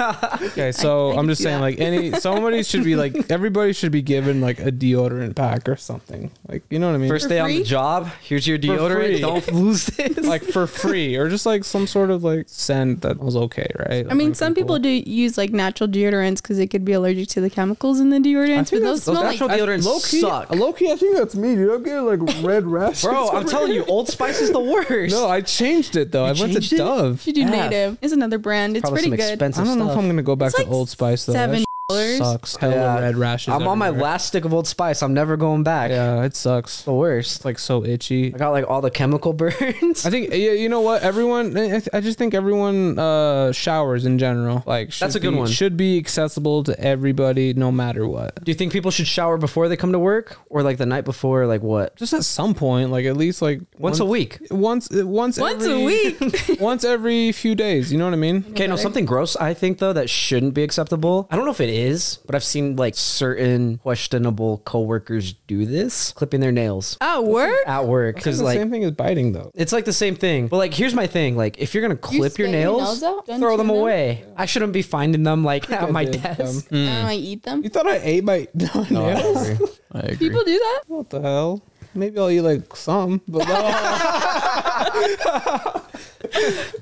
S1: Axe.
S4: Okay, so
S3: I
S4: I,
S3: can
S4: am just
S3: see
S4: saying
S3: that.
S4: like any somebody should be like everybody should be given like a deodorant pack or something. Like you know what I mean?
S1: First day on the
S3: free?
S1: job. Here's your
S4: free.
S1: deodorant. Don't lose this.
S4: like for free or just like some sort of like scent that was okay, right?
S3: I mean, some people do use like natural deodorants because they could be allergic to the chemicals in the deodorants. But
S1: think those-
S3: those,
S1: those natural
S3: smell like
S1: deodorants suck.
S4: Low key, I think that's me, dude. I'm getting like red rashes.
S1: Bro, I'm
S4: over
S1: telling
S4: here.
S1: you, Old Spice is the worst.
S4: No, I changed it though.
S1: You
S4: I went
S1: changed
S4: to
S1: it?
S4: Dove.
S3: you do
S1: F.
S3: native. It's another brand. It's,
S1: Probably
S3: pretty
S1: some
S3: good.
S1: expensive
S4: I don't know if
S1: stuff.
S4: I'm gonna go back
S3: It's
S4: to
S3: like
S4: Old Spice though. That
S3: Seven
S4: shit
S3: dollars.
S4: sucks. Hella
S1: Yeah.
S4: red rashes.
S1: I'm on my
S4: everywhere.
S1: last stick of Old Spice. I'm never going back.
S4: Yeah, it sucks.
S1: The worst.
S4: It's like so itchy.
S1: I got like all the chemical burns.
S4: I think yeah, you know what everyone. I, I just think everyone uh, showers in general. Like should
S1: That's a good
S4: be-
S1: one.
S4: Should be accessible to everybody, no matter what.
S1: Do you think people should shower before they come to work or like the night before? or, Like what?
S4: Just at some point, like at least like
S1: Once a week.
S4: once once
S3: Once
S4: every,
S3: a week.
S4: once every few days. You know what I mean?
S1: Okay, no, something gross I think though that shouldn't be acceptable. I don't know if it is, but I've seen like certain questionable coworkers do this, clipping their nails
S3: At work?
S1: at work
S4: It's
S1: cuz
S4: the
S1: like
S4: same thing as biting though.
S1: it's like the same thing. But like here's my thing, like if you're going to
S3: You
S1: clip your
S3: spit your
S1: nails,
S3: nails out? Don't
S1: throw
S3: you
S1: them
S3: know?
S1: away. I shouldn't be finding them like at my
S4: did, um,
S1: desk.
S3: Oh, I don't eat them.
S4: You thought I ate my
S2: No, I
S4: nails?
S2: agree. I agree.
S3: People do that.
S4: What the hell? Maybe I'll eat like some, but no.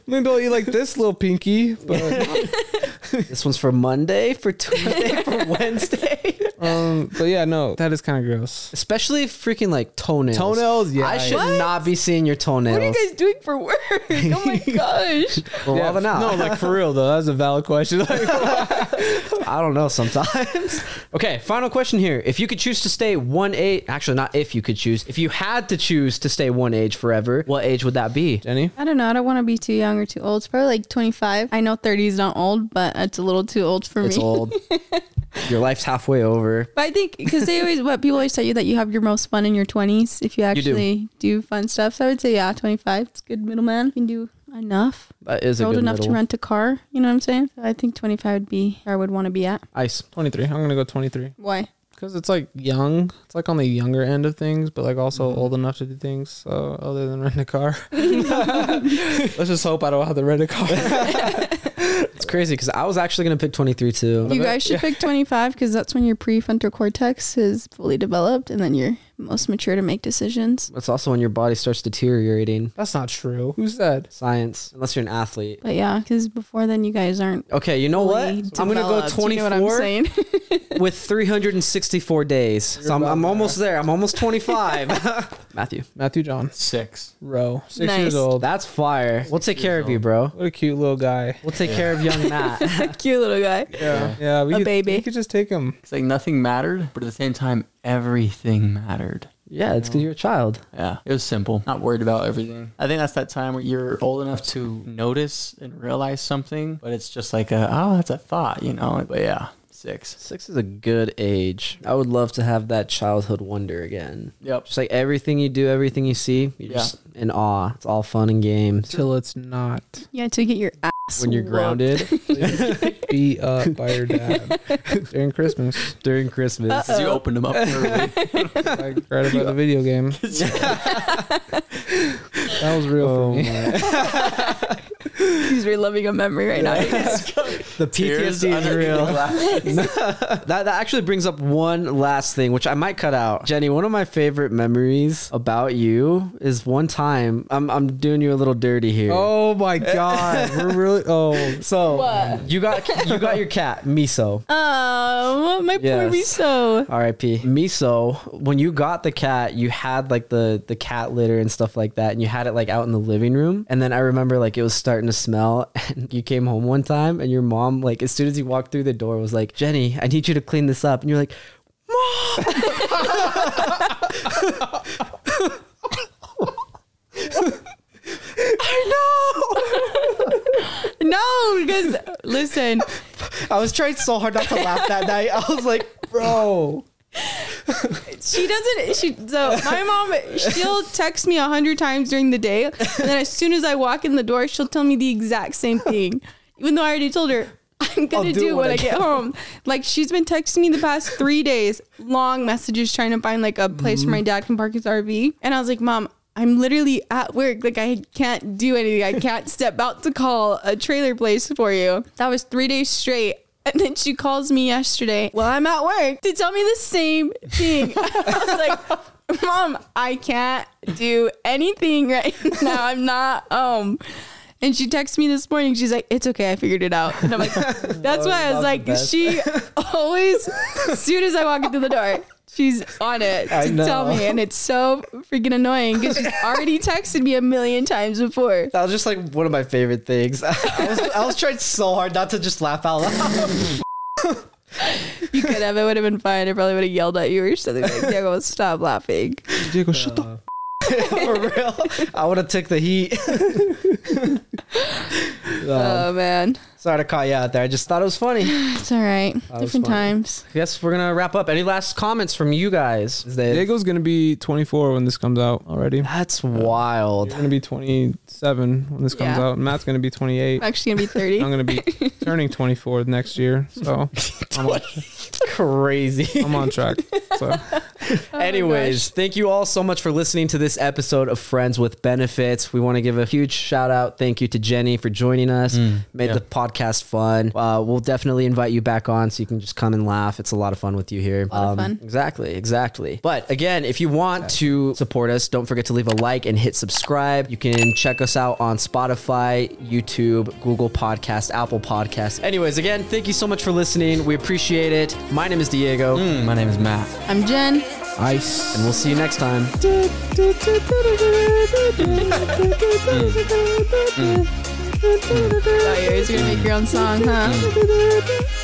S4: Maybe I'll eat like this little pinky, but
S1: This one's for Monday, for Tuesday, for Wednesday.
S4: um, but yeah, no, that is kind of gross.
S1: Especially freaking like toenails.
S4: Toenails, yeah,
S1: I
S4: I-
S1: should
S3: What?
S1: not be seeing your toenails.
S3: What are you guys doing for work? Oh my gosh.
S1: Well,
S4: yeah,
S1: well, then,
S4: no, like for real though, that's a valid question. Like,
S1: I don't know sometimes. okay, final question here. If you could choose to stay one age, actually, not if you could choose, if you had to choose to stay one age forever, what age would that be?
S4: Jenny,
S3: I don't know. I don't want to be too young or too old. It's probably like 25. I know 30 is not old, but it's a little too old for
S1: It's
S3: me.
S1: old. Your life's halfway over.
S3: But I think because they always, what people always tell you that you have your most fun in your 20s if you
S1: do.
S3: actually do. fun stuff. So I would say, yeah, 25. It's a good middleman. You can do enough.
S1: That is a
S3: old
S1: good
S3: enough
S1: middle.
S3: to rent a car. You know what I'm saying? So I think 25 would be where I would want to be at.
S1: Ice.
S4: twenty three. I'm gonna go twenty three
S3: Why?
S4: because it's like young. It's like on the younger end of things, but like also old enough to do things. So other than rent a car, let's just hope I don't have to rent a car.
S1: It's crazy because I was actually gonna pick 23 too.
S3: You guys should pick 25 because that's when your prefrontal cortex is fully developed and then you're most mature to make decisions.
S1: That's also when your body starts deteriorating.
S4: That's not true. Who said?
S1: Science, unless you're an athlete.
S3: But yeah, because before then, you guys aren't.
S1: Okay, you know what?
S3: fully
S1: I'm gonna go
S3: developed. You know what I'm
S1: 24
S3: saying?
S1: with 364 days. So I'm,
S4: about
S1: I'm
S4: there.
S1: almost there. I'm almost 25. Matthew,
S4: Matthew John.
S7: Six.
S4: Row. Six
S3: Nice.
S4: years old.
S1: that's fire. We'll take care of you, bro.
S4: What a cute little guy.
S1: We'll take care of young Matt.
S3: Cute little guy.
S4: Yeah. Yeah. We
S3: A
S4: could,
S3: baby.
S4: We could just take him.
S2: It's like nothing mattered, but at the same time, everything mattered.
S1: Yeah, it's because you're a child.
S2: Yeah, it was simple. Not worried about everything. I think that's that time where you're old enough to notice and realize something, but it's just like, a, oh, that's a thought, you know? But yeah, six.
S1: Six is a good age. I would love to have that childhood wonder again.
S2: Yep.
S1: Just like everything you do, everything you see, you're
S2: Yeah.
S1: just in awe. It's all fun and games.
S4: Till it's not
S3: Yeah, to get your ass.
S1: When you're
S3: whooped.
S1: grounded
S4: beat up by your dad during Christmas.
S1: during Christmas.
S2: Because you opened them up early.
S4: Like right about the video Oh game. that was real for me.
S3: He's reliving a memory right now.
S1: The PTSD is real. that, that actually brings up one last thing, which I might cut out. Jenny, one of my favorite memories about you is one time I'm, I'm doing you a little dirty here.
S4: Oh my god, we're really. Oh,
S1: So
S3: What?
S1: you got you got your cat Miso.
S3: Oh, my poor
S1: Yes.
S3: miso.
S1: R.I.P. Miso. When you got the cat, you had like the the cat litter and stuff like that, and you had it like out in the living room. And then I remember like it was starting to smell. And you came home one time, and your mom like as soon as you walked through the door was like, Jenny, I need you to clean this up. And you're like,
S3: No, because listen,
S1: I was trying so hard not to laugh that night. I was like, bro.
S3: she doesn't. She so my mom. She'll text me a hundred times during the day, and then as soon as I walk in the door, she'll tell me the exact same thing, even though I already told her. I'm gonna
S1: do
S3: do,
S1: it
S3: when I get home. Um, Like she's been texting me the past three days, long messages trying to find like a place where my dad can park his RV. And I was like, Mom, I'm literally at work. Like I can't do anything. I can't step out to call a trailer place for you. That was three days straight. And then she calls me yesterday while I'm at work to tell me the same thing. I was like, Mom, I can't do anything right now. I'm not um, home. And she texts me this morning. She's like, "It's okay, I figured it out." And I'm like, "That's why I was like, she always, as soon as I walk into the door, she's on it to
S1: I know.
S3: tell me." And it's so freaking annoying because she's already texted me a million times before.
S1: That was just like one of my favorite things. I was I was trying so hard not to just laugh out loud.
S3: You could have. It would have been fine. I probably would have yelled at you or something. Like, Diego, stop laughing.
S4: Diego, shut the.
S1: For real. I would have took the heat. Um,
S3: oh man,
S1: sorry to call you out there. I just thought it was funny.
S3: it's all right.
S1: was
S3: Different
S1: funny.
S3: times.
S1: Yes, we're gonna wrap up. Any last comments from you guys?
S4: Diego's gonna be 24 when this comes out already.
S1: That's
S4: You're
S1: wild.
S4: gonna be 27 when this comes
S3: Yeah.
S4: out. Matt's gonna be 28.
S3: I'm actually gonna be
S4: I'm
S3: 30.
S4: gonna be turning 24 next year, so I'm on,
S1: Crazy.
S4: I'm on track. So
S3: Oh
S1: Anyways, thank you all so much for listening to this episode of Friends with Benefits. We want to give a huge shout out. Thank you to Jenny for joining us.
S8: Mm.
S1: Made
S9: yeah.
S1: the podcast fun. Uh, we'll definitely invite you back on so you can just come and laugh. It's a lot of fun with you here. Um,
S3: lot of fun.
S1: Exactly, exactly. But again, if you want to support us, don't forget to leave a like and hit subscribe. You can check us out on Spotify, YouTube, Google Podcast, Apple Podcast. Anyways, again, thank you so much for listening. We appreciate it. My name is Diego,
S8: Mm, My name is Matt.
S3: I'm Jen.
S4: ice.
S1: and we'll see you next time.
S3: Oh, yours. You're gonna make your own song, huh?